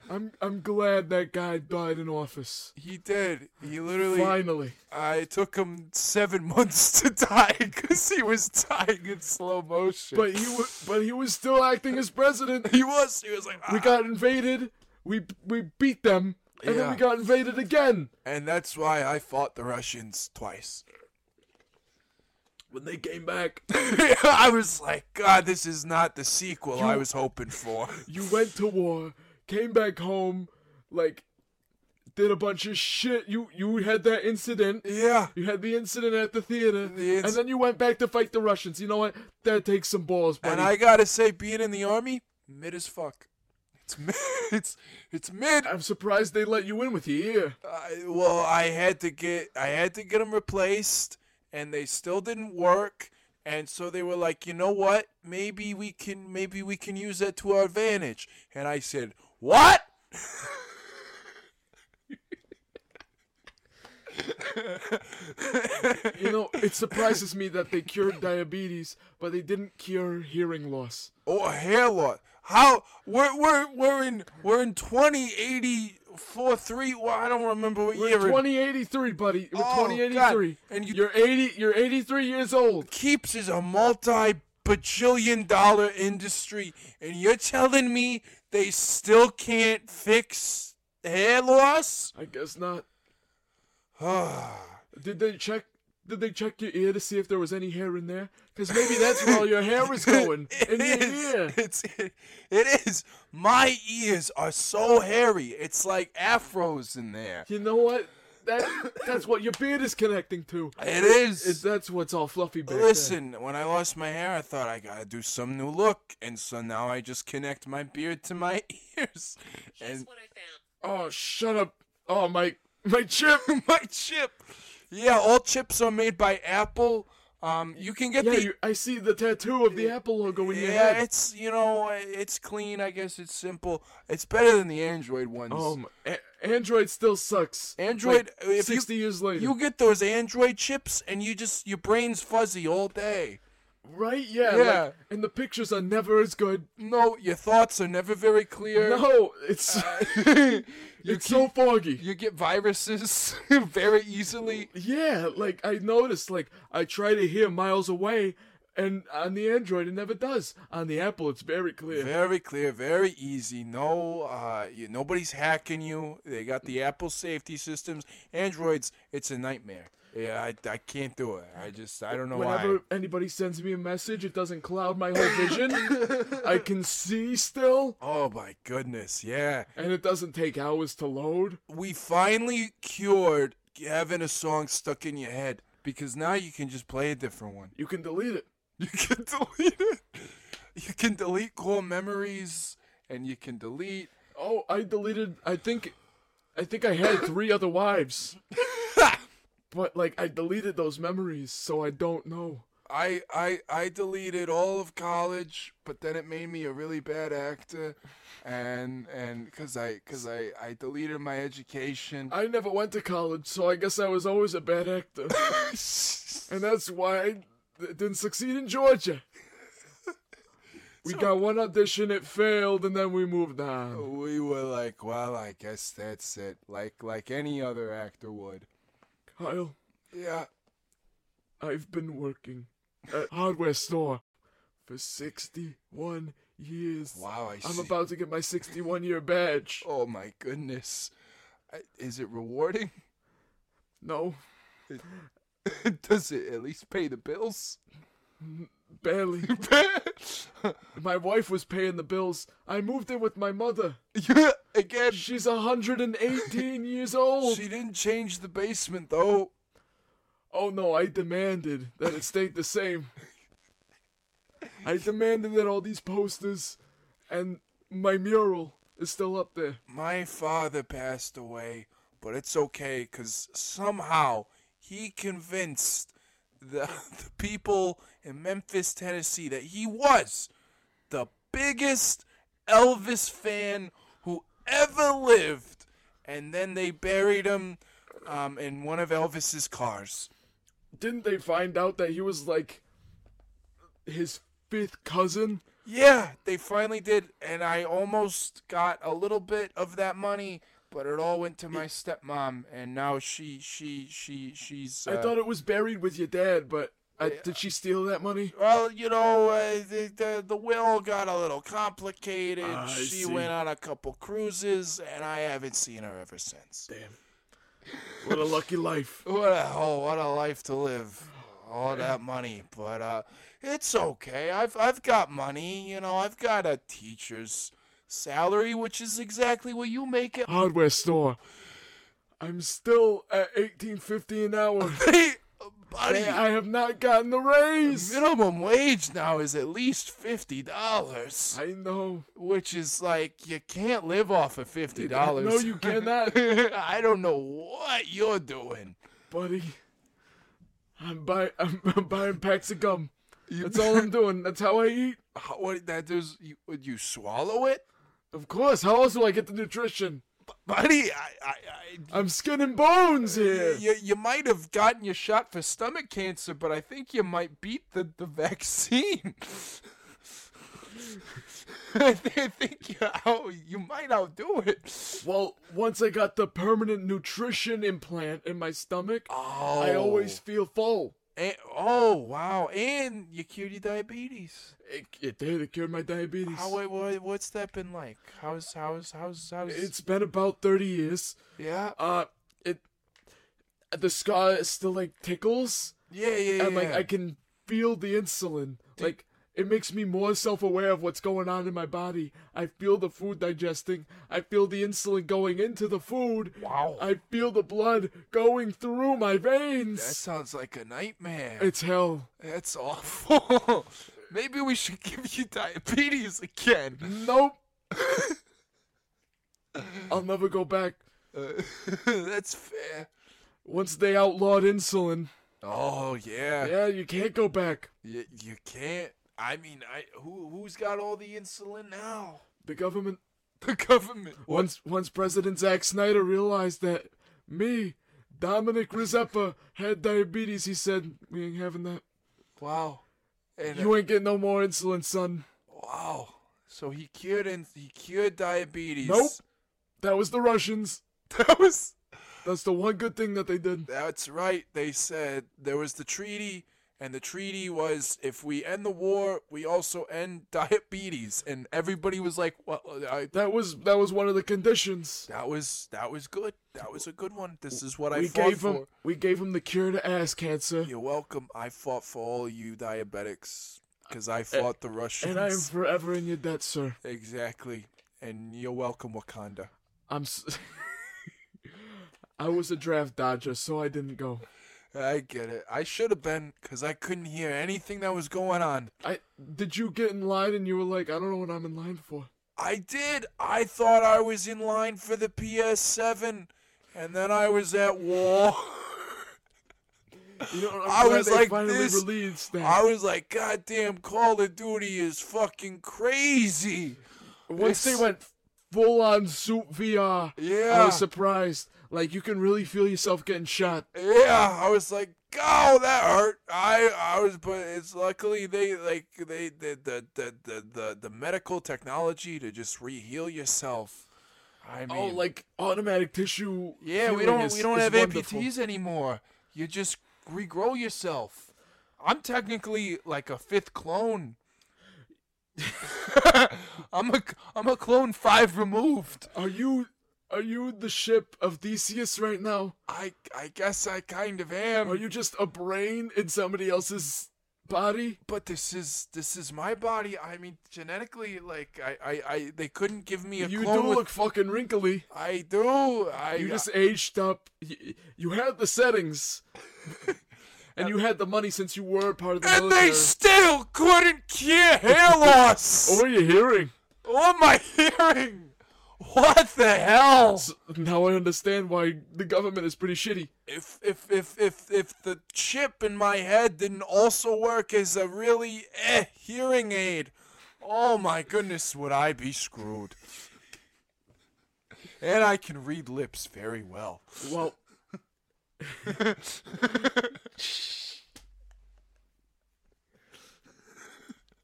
[SPEAKER 4] I'm. I'm glad that guy died in office.
[SPEAKER 7] He did. He literally.
[SPEAKER 4] Finally.
[SPEAKER 7] Uh, it took him seven months to die because he was dying in slow motion.
[SPEAKER 4] But he. wa- But he was still acting as president.
[SPEAKER 7] he was. He was like,
[SPEAKER 4] We
[SPEAKER 7] "Ah."
[SPEAKER 4] got invaded. We we beat them, and then
[SPEAKER 7] Yeah.
[SPEAKER 4] we got invaded again.
[SPEAKER 7] "Ah." and that's why I fought the Russians twice.
[SPEAKER 4] When they came back,
[SPEAKER 7] I was like, God, this is not the sequel I was hoping for.
[SPEAKER 4] you went to war, came back home, like did a bunch of shit. You you had that incident.
[SPEAKER 7] yeah.
[SPEAKER 4] You had the incident at the theater,
[SPEAKER 7] The
[SPEAKER 4] and
[SPEAKER 7] inc-
[SPEAKER 4] then you went back to fight the Russians. You know what? That takes some balls, buddy.
[SPEAKER 7] And I gotta say, being in the army, mid as fuck. It's mid. It's it's mid.
[SPEAKER 4] I'm surprised they let you in with your ear.
[SPEAKER 7] I, well, I had to get I had to get them replaced, and they still didn't work. And so they were like, you know what? Maybe we can maybe we can use that to our advantage. And I said, what?
[SPEAKER 4] You know, it surprises me that they cured diabetes, but they didn't cure hearing loss.
[SPEAKER 7] Oh, hair loss. How we're we're we're in we're in twenty eighty four three. Well, I don't remember what
[SPEAKER 4] We're
[SPEAKER 7] year.
[SPEAKER 4] in
[SPEAKER 7] it-
[SPEAKER 4] 2083, buddy. We're
[SPEAKER 7] Oh,
[SPEAKER 4] 2083,
[SPEAKER 7] God. And you-
[SPEAKER 4] you're 80. You're 83 years old.
[SPEAKER 7] Keeps is a multi bajillion dollar industry, and you're telling me they still can't fix hair loss?
[SPEAKER 4] I guess not.
[SPEAKER 7] Ah,
[SPEAKER 4] Did they check? Did they check your ear to see if there was any hair in there? Because maybe that's where all your hair is going in your ear.
[SPEAKER 7] It's it is. My ears are so hairy. It's like afros in there.
[SPEAKER 4] You know what? That that's what your beard is connecting to.
[SPEAKER 7] It is.
[SPEAKER 4] Is that's what's all fluffy back there.
[SPEAKER 7] Listen, when I lost my hair, I thought I gotta do some new look, and so now I just connect my beard to my ears. and
[SPEAKER 4] Oh, shut up. Oh my my chip.
[SPEAKER 7] my chip. Yeah, all chips are made by Apple. Um, you can get
[SPEAKER 4] Yeah,
[SPEAKER 7] the
[SPEAKER 4] you, I see the tattoo of the Apple logo in your
[SPEAKER 7] yeah,
[SPEAKER 4] head.
[SPEAKER 7] it's you know, it's clean. I guess it's simple. It's better than the Android ones.
[SPEAKER 4] Um, a- Android still sucks.
[SPEAKER 7] Android,
[SPEAKER 4] Like,
[SPEAKER 7] if
[SPEAKER 4] sixty
[SPEAKER 7] you,
[SPEAKER 4] years later,
[SPEAKER 7] you get those Android chips, and you just your brain's fuzzy all day.
[SPEAKER 4] right? Yeah,
[SPEAKER 7] Yeah.
[SPEAKER 4] like, and the pictures are never as good.
[SPEAKER 7] No, your thoughts are never very clear.
[SPEAKER 4] No, it's it's so foggy.
[SPEAKER 7] Uh, You get viruses very easily.
[SPEAKER 4] Yeah, like I noticed, like I try to hear miles away, and on the Android it never does. On the Apple, it's very clear.
[SPEAKER 7] Very clear, very easy. No, uh, you, nobody's hacking you. They got the Apple safety systems. Androids, it's a nightmare. Yeah, I, I can't do it. I just, I don't know
[SPEAKER 4] Whenever
[SPEAKER 7] why.
[SPEAKER 4] anybody sends me a message, it doesn't cloud my whole vision. I can see still,
[SPEAKER 7] Oh my goodness, yeah.
[SPEAKER 4] and it doesn't take hours to load.
[SPEAKER 7] We finally cured having a song stuck in your head because now you can just play a different one.
[SPEAKER 4] You can delete it.
[SPEAKER 7] You can delete it. You can delete core memories and you can delete.
[SPEAKER 4] Oh, I deleted. I think, I think I had three other wives, but like I deleted those memories, so I don't know.
[SPEAKER 7] I, I I deleted all of college, but then it made me a really bad actor, and and cause I cause I I deleted my education.
[SPEAKER 4] I never went to college, so I guess I was always a bad actor. and that's why I d- didn't succeed in Georgia. We got one audition, it failed, and then we moved on.
[SPEAKER 7] We were like, well, I guess that's it. Like like any other actor would. Oh.
[SPEAKER 4] Kyle,
[SPEAKER 7] Yeah.
[SPEAKER 4] I've been working at hardware store for 61 years.
[SPEAKER 7] Wow. I
[SPEAKER 4] I'm
[SPEAKER 7] see.
[SPEAKER 4] about to get my 61 year badge.
[SPEAKER 7] Oh my goodness. I- Is it rewarding?
[SPEAKER 4] No,
[SPEAKER 7] Does it at least pay the bills?
[SPEAKER 4] barely. My wife was paying the bills. I moved in with my mother.
[SPEAKER 7] Yeah, Again,
[SPEAKER 4] She's 118 years old.
[SPEAKER 7] she didn't change the basement though.
[SPEAKER 4] Oh no, I demanded that it stayed the same. I demanded that all these posters and my mural is still up there.
[SPEAKER 7] my father passed away, but it's okay because somehow he convinced the, the people in Memphis, Tennessee, that he was the biggest Elvis fan who ever lived. And then they buried him um, in one of Elvis's cars.
[SPEAKER 4] Didn't they find out that he was like his fifth cousin?
[SPEAKER 7] Yeah, they finally did. And I almost got a little bit of that money. But it all went to my stepmom, and now she, she, she, she's. Uh,
[SPEAKER 4] I thought it was buried with your dad, but uh, did she steal that money?
[SPEAKER 7] Well, you know, uh, the, the the will got a little complicated.
[SPEAKER 4] I
[SPEAKER 7] she
[SPEAKER 4] see.
[SPEAKER 7] went on a couple cruises, and I haven't seen her ever since.
[SPEAKER 4] What a lucky life.
[SPEAKER 7] What a oh, what a life to live! All that money, but uh, it's okay. I've I've got money. You know, I've got a teacher's salary, which is exactly what you make it.
[SPEAKER 4] Hardware store. I'm still at 1850 an hour.
[SPEAKER 7] Hey, buddy,
[SPEAKER 4] I have not gotten the raise.
[SPEAKER 7] minimum wage now is at least fifty dollars,
[SPEAKER 4] I know.
[SPEAKER 7] which is like you can't live off of fifty dollars.
[SPEAKER 4] No, you cannot.
[SPEAKER 7] I don't know what you're doing.
[SPEAKER 4] buddy. I'm buy I'm, I'm buying packs of gum. That's all I'm doing. That's how I eat.
[SPEAKER 7] How, what that does? You, would you swallow it,
[SPEAKER 4] Of course. How else will I get the nutrition?
[SPEAKER 7] buddy? I, I,
[SPEAKER 4] I'm skin and bones
[SPEAKER 7] I
[SPEAKER 4] here.
[SPEAKER 7] you, you might have gotten your shot for stomach cancer, but I think you might beat the the vaccine. I, thi- I think you out, you might outdo it.
[SPEAKER 4] Well, once I got the permanent nutrition implant in my stomach,
[SPEAKER 7] Oh,
[SPEAKER 4] I always feel full.
[SPEAKER 7] And, oh wow! And you cured your diabetes.
[SPEAKER 4] It, it did. It cured my diabetes.
[SPEAKER 7] How what, what's that been like? How's how's how's how's
[SPEAKER 4] it's been about 30 years.
[SPEAKER 7] yeah
[SPEAKER 4] Uh, it the scar still like tickles.
[SPEAKER 7] yeah yeah
[SPEAKER 4] and like
[SPEAKER 7] yeah.
[SPEAKER 4] I can feel the insulin. Like it makes me more self-aware of what's going on in my body. I feel the food digesting. I feel the insulin going into the food.
[SPEAKER 7] Wow.
[SPEAKER 4] I feel the blood going through my veins.
[SPEAKER 7] That sounds like a nightmare.
[SPEAKER 4] it's hell.
[SPEAKER 7] That's awful. Maybe we should give you diabetes again.
[SPEAKER 4] Nope. I'll never go back.
[SPEAKER 7] Uh, that's fair.
[SPEAKER 4] Once they outlawed insulin,
[SPEAKER 7] Oh yeah.
[SPEAKER 4] Yeah, you can't go back.
[SPEAKER 7] You, you can't. I mean, I who who's got all the insulin now?
[SPEAKER 4] The government.
[SPEAKER 7] The government.
[SPEAKER 4] Once once President Zack Snyder realized that me, Dominic Rizeppa, had diabetes, he said, "We ain't having that.
[SPEAKER 7] Wow. And
[SPEAKER 4] You ain't getting no more insulin, son."
[SPEAKER 7] wow. So he cured and he cured diabetes.
[SPEAKER 4] Nope. That was the Russians.
[SPEAKER 7] That was
[SPEAKER 4] That's the one good thing that they did.
[SPEAKER 7] That's right. They said there was the treaty, and the treaty was if we end the war, we also end diabetes. And everybody was like, "Well, I,
[SPEAKER 4] That was that was one of the conditions.
[SPEAKER 7] that was that was good. That was a good one. This is what I
[SPEAKER 4] we
[SPEAKER 7] fought
[SPEAKER 4] gave
[SPEAKER 7] for."
[SPEAKER 4] him we gave him the cure to ass cancer,
[SPEAKER 7] You're welcome. I fought for all you diabetics because I fought the Russians.
[SPEAKER 4] and I am forever in your debt, sir.
[SPEAKER 7] exactly. And you're welcome, Wakanda.
[SPEAKER 4] I'm. S- I was a draft dodger, so I didn't go.
[SPEAKER 7] I get it. I should have been because I couldn't hear anything that was going on.
[SPEAKER 4] I did you get in line and you were like, I don't know what I'm in line for.
[SPEAKER 7] I did. I thought I was in line for the PS7, and then I was at war.
[SPEAKER 4] You know, I'm
[SPEAKER 7] I
[SPEAKER 4] glad
[SPEAKER 7] was
[SPEAKER 4] they
[SPEAKER 7] like
[SPEAKER 4] finally
[SPEAKER 7] this.
[SPEAKER 4] released that.
[SPEAKER 7] I was like, God damn, Call of Duty is fucking crazy.
[SPEAKER 4] Once they
[SPEAKER 7] this-
[SPEAKER 4] went full on suit VR, I
[SPEAKER 7] Yeah.
[SPEAKER 4] was surprised. Like you can really feel yourself getting shot.
[SPEAKER 7] Yeah, I was like, "Oh, that hurt." I I was, but it's luckily they like they the the the the the, the medical technology to just reheal yourself. I mean,
[SPEAKER 4] oh, like automatic tissue.
[SPEAKER 7] yeah, we
[SPEAKER 4] healing
[SPEAKER 7] don't
[SPEAKER 4] is-
[SPEAKER 7] we don't
[SPEAKER 4] is
[SPEAKER 7] have
[SPEAKER 4] wonderful.
[SPEAKER 7] amputees anymore. You just regrow yourself. I'm technically like a fifth clone. I'm a I'm a clone five removed.
[SPEAKER 4] Are you are you the ship of Theseus right now?
[SPEAKER 7] I I guess I kind of am.
[SPEAKER 4] Are you just a brain in somebody else's body?
[SPEAKER 7] but this is this is my body. I mean, genetically, like I, I, I they couldn't give me a
[SPEAKER 4] You
[SPEAKER 7] clone.
[SPEAKER 4] do
[SPEAKER 7] with-
[SPEAKER 4] look fucking wrinkly.
[SPEAKER 7] I do. I
[SPEAKER 4] You just aged up. You, you had the settings, and you had the money since you were part of the
[SPEAKER 7] and
[SPEAKER 4] military.
[SPEAKER 7] they still couldn't cure hair loss
[SPEAKER 4] what are you hearing?
[SPEAKER 7] or my hearing. What the hell?
[SPEAKER 4] Now I understand why the government is pretty shitty.
[SPEAKER 7] If if if if if the chip in my head didn't also work as a really eh hearing aid, oh my goodness, would I be screwed? And I can read lips very well.
[SPEAKER 4] Well,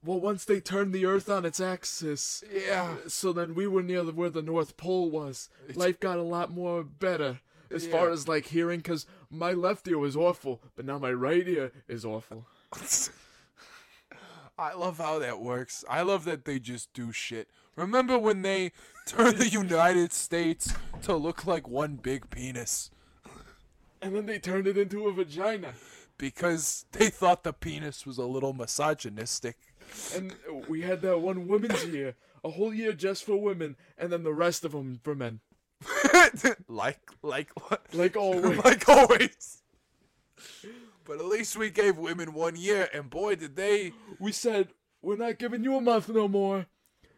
[SPEAKER 4] well, once they turned the Earth on its axis,
[SPEAKER 7] Yeah.
[SPEAKER 4] so then we were near the, where the North Pole was. Life got a lot more better as far
[SPEAKER 7] Yeah.
[SPEAKER 4] as like hearing, because my left ear was awful, but now my right ear is awful.
[SPEAKER 7] I love how that works. I love that they just do shit. Remember when they turned the United States to look like one big penis
[SPEAKER 4] And then they turned it into a vagina,
[SPEAKER 7] because they thought the penis was a little misogynistic.
[SPEAKER 4] and we had that one women's year, a whole year just for women, and then the rest of them for men.
[SPEAKER 7] like like what?
[SPEAKER 4] Like always.
[SPEAKER 7] like always. But at least we gave women one year and boy did they
[SPEAKER 4] We said, we're not giving you a month no more.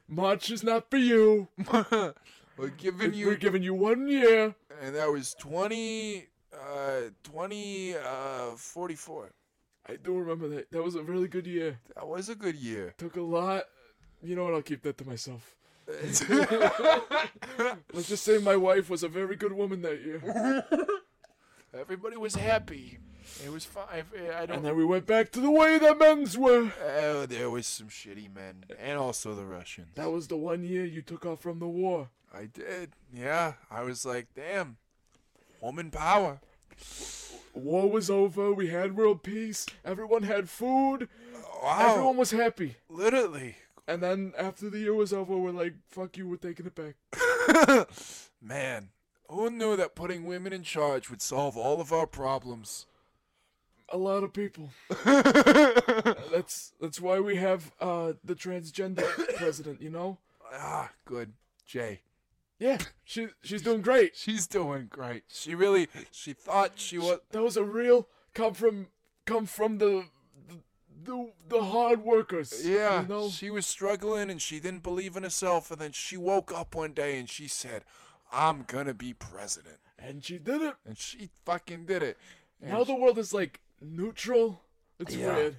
[SPEAKER 4] March is not for you.
[SPEAKER 7] we're uh, giving you
[SPEAKER 4] We're giving you one year.
[SPEAKER 7] and that was 20 uh 20 uh 44.
[SPEAKER 4] I do remember that. That was a really good year.
[SPEAKER 7] That was a good year.
[SPEAKER 4] Took a lot. You know what? I'll keep that to myself. Let's just say my wife was a very good woman that year.
[SPEAKER 7] Everybody was happy. It was fine. I
[SPEAKER 4] And
[SPEAKER 7] don't.
[SPEAKER 4] then we went back to the way that men's were.
[SPEAKER 7] Oh, there was some shitty men, and also the Russians.
[SPEAKER 4] That was the one year you took off from the war.
[SPEAKER 7] I did. Yeah, I was like, damn, woman power.
[SPEAKER 4] War was over. We had world peace. Everyone had food.
[SPEAKER 7] Wow,
[SPEAKER 4] Everyone was happy.
[SPEAKER 7] literally.
[SPEAKER 4] And then after the year was over, we're like, fuck you, we're taking it back.
[SPEAKER 7] Man, who knew that putting women in charge would solve all of our problems?
[SPEAKER 4] a lot of people. that's that's why we have uh the transgender president, you know?
[SPEAKER 7] Ah, good. Jay,
[SPEAKER 4] Yeah, she she's doing great.
[SPEAKER 7] she's doing great. She really, she thought she was.
[SPEAKER 4] That was a real come from come from the the the, the hard workers.
[SPEAKER 7] Yeah,
[SPEAKER 4] You know?
[SPEAKER 7] she was struggling and she didn't believe in herself. And then she woke up one day and she said, I'm going to be president.
[SPEAKER 4] and she did it.
[SPEAKER 7] And she fucking did it. And
[SPEAKER 4] Now the world is like, neutral. It's
[SPEAKER 7] Yeah.
[SPEAKER 4] weird.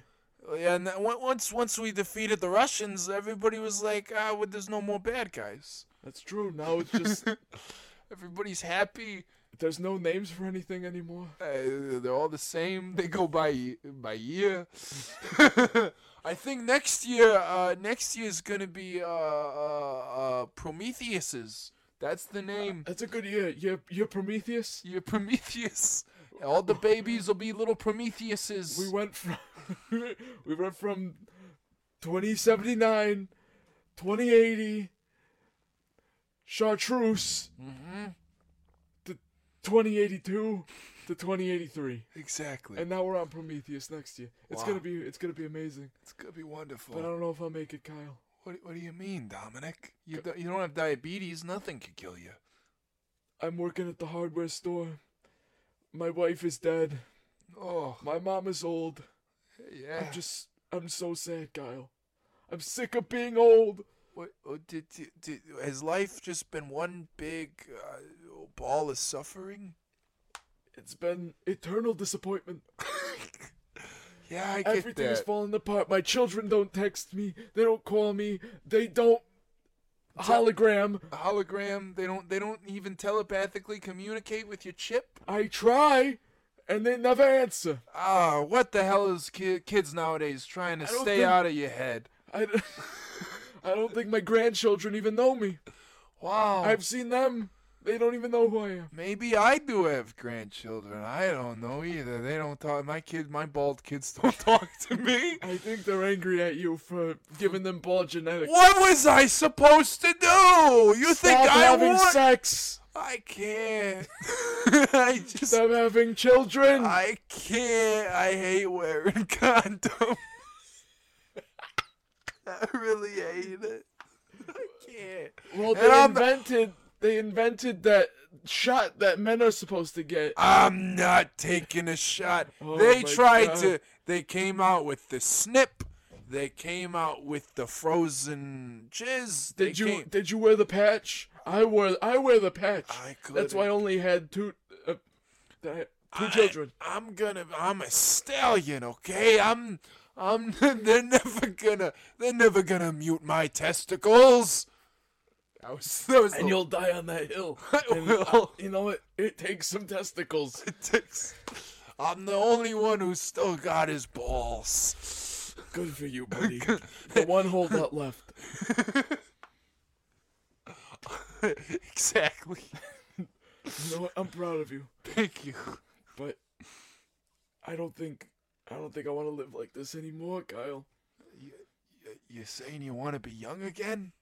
[SPEAKER 7] Yeah, and that, on- once once we defeated the Russians, everybody was like, ah, well, there's no more bad guys.
[SPEAKER 4] That's true. Now it's just
[SPEAKER 7] Everybody's happy.
[SPEAKER 4] there's no names for anything anymore.
[SPEAKER 7] Uh, they're all the same. They go by by year. I think next year, uh, next year is gonna be uh, uh, uh, Prometheus's. That's the name.
[SPEAKER 4] That's a good year. You're, you're Prometheus.
[SPEAKER 7] Year Prometheus. All the babies will be little Prometheuses.
[SPEAKER 4] We went from we went from 2079, 2080, chartreuse to 2082 to 2083,
[SPEAKER 7] exactly.
[SPEAKER 4] and now we're on Prometheus next year. It's
[SPEAKER 7] Wow.
[SPEAKER 4] gonna be it's gonna be amazing.
[SPEAKER 7] it's gonna be wonderful.
[SPEAKER 4] But uh, I don't know if I'll make it, Kyle.
[SPEAKER 7] What, what do you mean, Dominic? You, do, you don't have diabetes. Nothing could kill you.
[SPEAKER 4] I'm working at the hardware store. My wife is dead.
[SPEAKER 7] Oh,
[SPEAKER 4] My mom is old.
[SPEAKER 7] yeah.
[SPEAKER 4] I'm just I'm so sad, Kyle. I'm sick of being old.
[SPEAKER 7] What, what did, did, did has life just been one big uh, ball of suffering?
[SPEAKER 4] It's been eternal disappointment.
[SPEAKER 7] Yeah, I get
[SPEAKER 4] Everything is
[SPEAKER 7] that.
[SPEAKER 4] falling apart. My children don't text me. They don't call me. They don't hologram.
[SPEAKER 7] Hologram. They don't. They don't even telepathically communicate with your chip.
[SPEAKER 4] I try, and they never answer.
[SPEAKER 7] Ah, what the hell is ki- kids nowadays trying to
[SPEAKER 4] I don't
[SPEAKER 7] stay
[SPEAKER 4] think-
[SPEAKER 7] out of your head?
[SPEAKER 4] I, d- I don't think my grandchildren even know me.
[SPEAKER 7] Wow.
[SPEAKER 4] I've seen them. They don't even know who I am.
[SPEAKER 7] Maybe I do have grandchildren. I don't know either. They don't talk. My kid, my bald kids, don't talk to me.
[SPEAKER 4] I think they're angry at you for giving them bald genetics.
[SPEAKER 7] What was I supposed to do? You think
[SPEAKER 4] Stop
[SPEAKER 7] I
[SPEAKER 4] having
[SPEAKER 7] want?
[SPEAKER 4] sex.
[SPEAKER 7] I can't. I just.
[SPEAKER 4] Stop having children.
[SPEAKER 7] I can't. I hate wearing condom. I really hate it. I can't.
[SPEAKER 4] well, they
[SPEAKER 7] And I'm-
[SPEAKER 4] invented. They invented that shot that men are supposed to get.
[SPEAKER 7] I'm not taking a shot.
[SPEAKER 4] Oh
[SPEAKER 7] they
[SPEAKER 4] my
[SPEAKER 7] tried
[SPEAKER 4] God.
[SPEAKER 7] to. They came out with the snip. They came out with the frozen jizz. They
[SPEAKER 4] Did you
[SPEAKER 7] came-
[SPEAKER 4] did you wear the patch? I wore I wear the patch.
[SPEAKER 7] I
[SPEAKER 4] That's why I
[SPEAKER 7] couldn't.
[SPEAKER 4] only had two uh, that I- two children.
[SPEAKER 7] I, am gonna. I'm a stallion. Okay. I'm. I'm. They're never gonna. They're never gonna mute my testicles. That was. That was.
[SPEAKER 4] And
[SPEAKER 7] the-
[SPEAKER 4] you'll die on that hill.
[SPEAKER 7] I
[SPEAKER 4] And, uh,
[SPEAKER 7] will.
[SPEAKER 4] you know what? It takes some testicles.
[SPEAKER 7] Tactics. I'm the only one who's still got his balls.
[SPEAKER 4] Good for you, buddy. the one holdout left.
[SPEAKER 7] exactly.
[SPEAKER 4] You know what? I'm proud of you,
[SPEAKER 7] Thank you.
[SPEAKER 4] but I don't think I don't think I want to live like this anymore, Kyle.
[SPEAKER 7] Y- You're saying you want to be young again?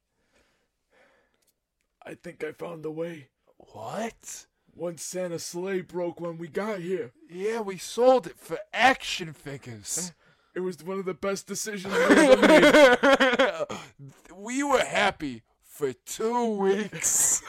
[SPEAKER 4] I think I found a way.
[SPEAKER 7] What?
[SPEAKER 4] One Santa sleigh broke when we got here.
[SPEAKER 7] Yeah, we sold it for action figures.
[SPEAKER 4] It was one of the best decisions I ever made.
[SPEAKER 7] we were happy for two weeks.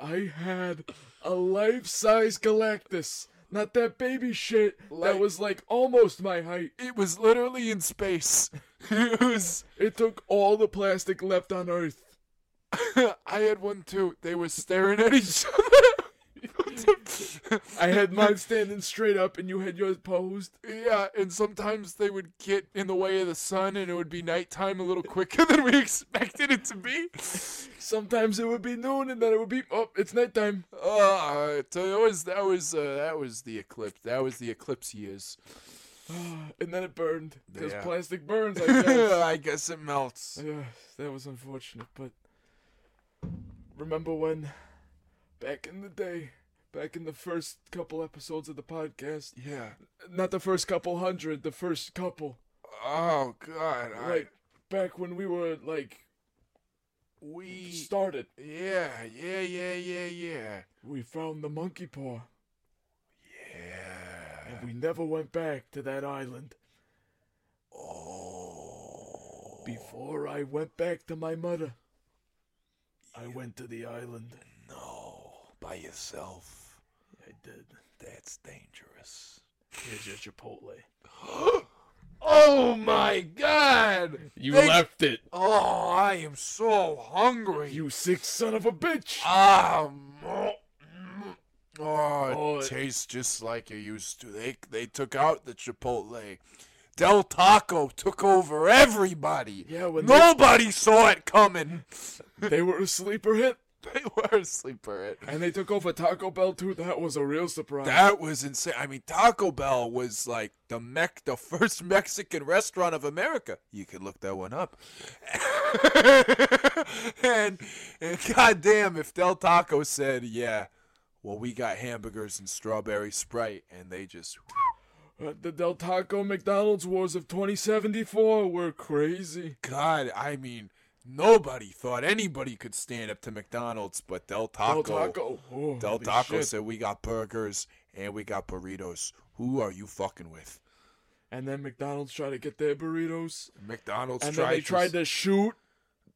[SPEAKER 4] I had a life-size Galactus, not that baby shit
[SPEAKER 7] Like-
[SPEAKER 4] that was like almost my height.
[SPEAKER 7] it was literally in space. It was.
[SPEAKER 4] It took all the plastic left on Earth.
[SPEAKER 7] I had one too. They were staring at each other.
[SPEAKER 4] I had mine standing straight up, and you had yours posed.
[SPEAKER 7] Yeah, and sometimes they would get in the way of the sun and it would be nighttime a little quicker than we expected it to be.
[SPEAKER 4] Sometimes it would be noon, and then it would be oh, it's nighttime.
[SPEAKER 7] Uh, so that was that was uh, that was the eclipse. That was the eclipse years.
[SPEAKER 4] Ah, And then it burned because
[SPEAKER 7] Yeah.
[SPEAKER 4] plastic burns. I guess.
[SPEAKER 7] I guess it melts.
[SPEAKER 4] yeah, that was unfortunate, but remember when, back in the day, back in the first couple episodes of the podcast,
[SPEAKER 7] Yeah.
[SPEAKER 4] not the first couple hundred, the first couple.
[SPEAKER 7] Oh god. I,
[SPEAKER 4] like back when we were like E
[SPEAKER 7] we
[SPEAKER 4] started
[SPEAKER 7] Yeah, yeah, yeah, yeah, yeah.
[SPEAKER 4] we found the monkey paw
[SPEAKER 7] Yeah.
[SPEAKER 4] and we never went back to that island
[SPEAKER 7] Oh.
[SPEAKER 4] before i went back to my mother i went to the island
[SPEAKER 7] No. By yourself.
[SPEAKER 4] i did
[SPEAKER 7] That's dangerous.
[SPEAKER 4] here's your chipotle
[SPEAKER 7] Oh my god!
[SPEAKER 3] You
[SPEAKER 7] Thank-
[SPEAKER 3] left it.
[SPEAKER 7] Oh, I am so hungry.
[SPEAKER 4] Ah. you sick son of a bitch
[SPEAKER 7] Ah, mm, mm. Oh,
[SPEAKER 4] Oh,
[SPEAKER 7] it
[SPEAKER 4] it-
[SPEAKER 7] tastes just like it used to. They they took out the Chipotle. Del Taco took over everybody.
[SPEAKER 4] Yeah, when they-
[SPEAKER 7] nobody saw it coming.
[SPEAKER 4] They were a sleeper hit,
[SPEAKER 7] They were a sleeper. It.
[SPEAKER 4] and they took over Taco Bell too. That was a real surprise.
[SPEAKER 7] That was insane. I mean, Taco Bell was like the mech, the first Mexican restaurant of America. You could look that one up. and, and goddamn, if Del Taco said, "Yeah, well, we got hamburgers and strawberry sprite," and they just
[SPEAKER 4] Uh, the Del Taco McDonald's wars of 2074 were crazy.
[SPEAKER 7] God, I mean, nobody thought anybody could stand up to McDonald's, but Del Taco.
[SPEAKER 4] Del Taco. Oh,
[SPEAKER 7] Del
[SPEAKER 4] holy
[SPEAKER 7] Taco
[SPEAKER 4] shit.
[SPEAKER 7] said, "We got burgers and we got burritos. Who are you fucking with?"
[SPEAKER 4] And then McDonald's tried to get their burritos,
[SPEAKER 7] McDonald's
[SPEAKER 4] and
[SPEAKER 7] tried.
[SPEAKER 4] then they
[SPEAKER 7] to
[SPEAKER 4] tried to shoot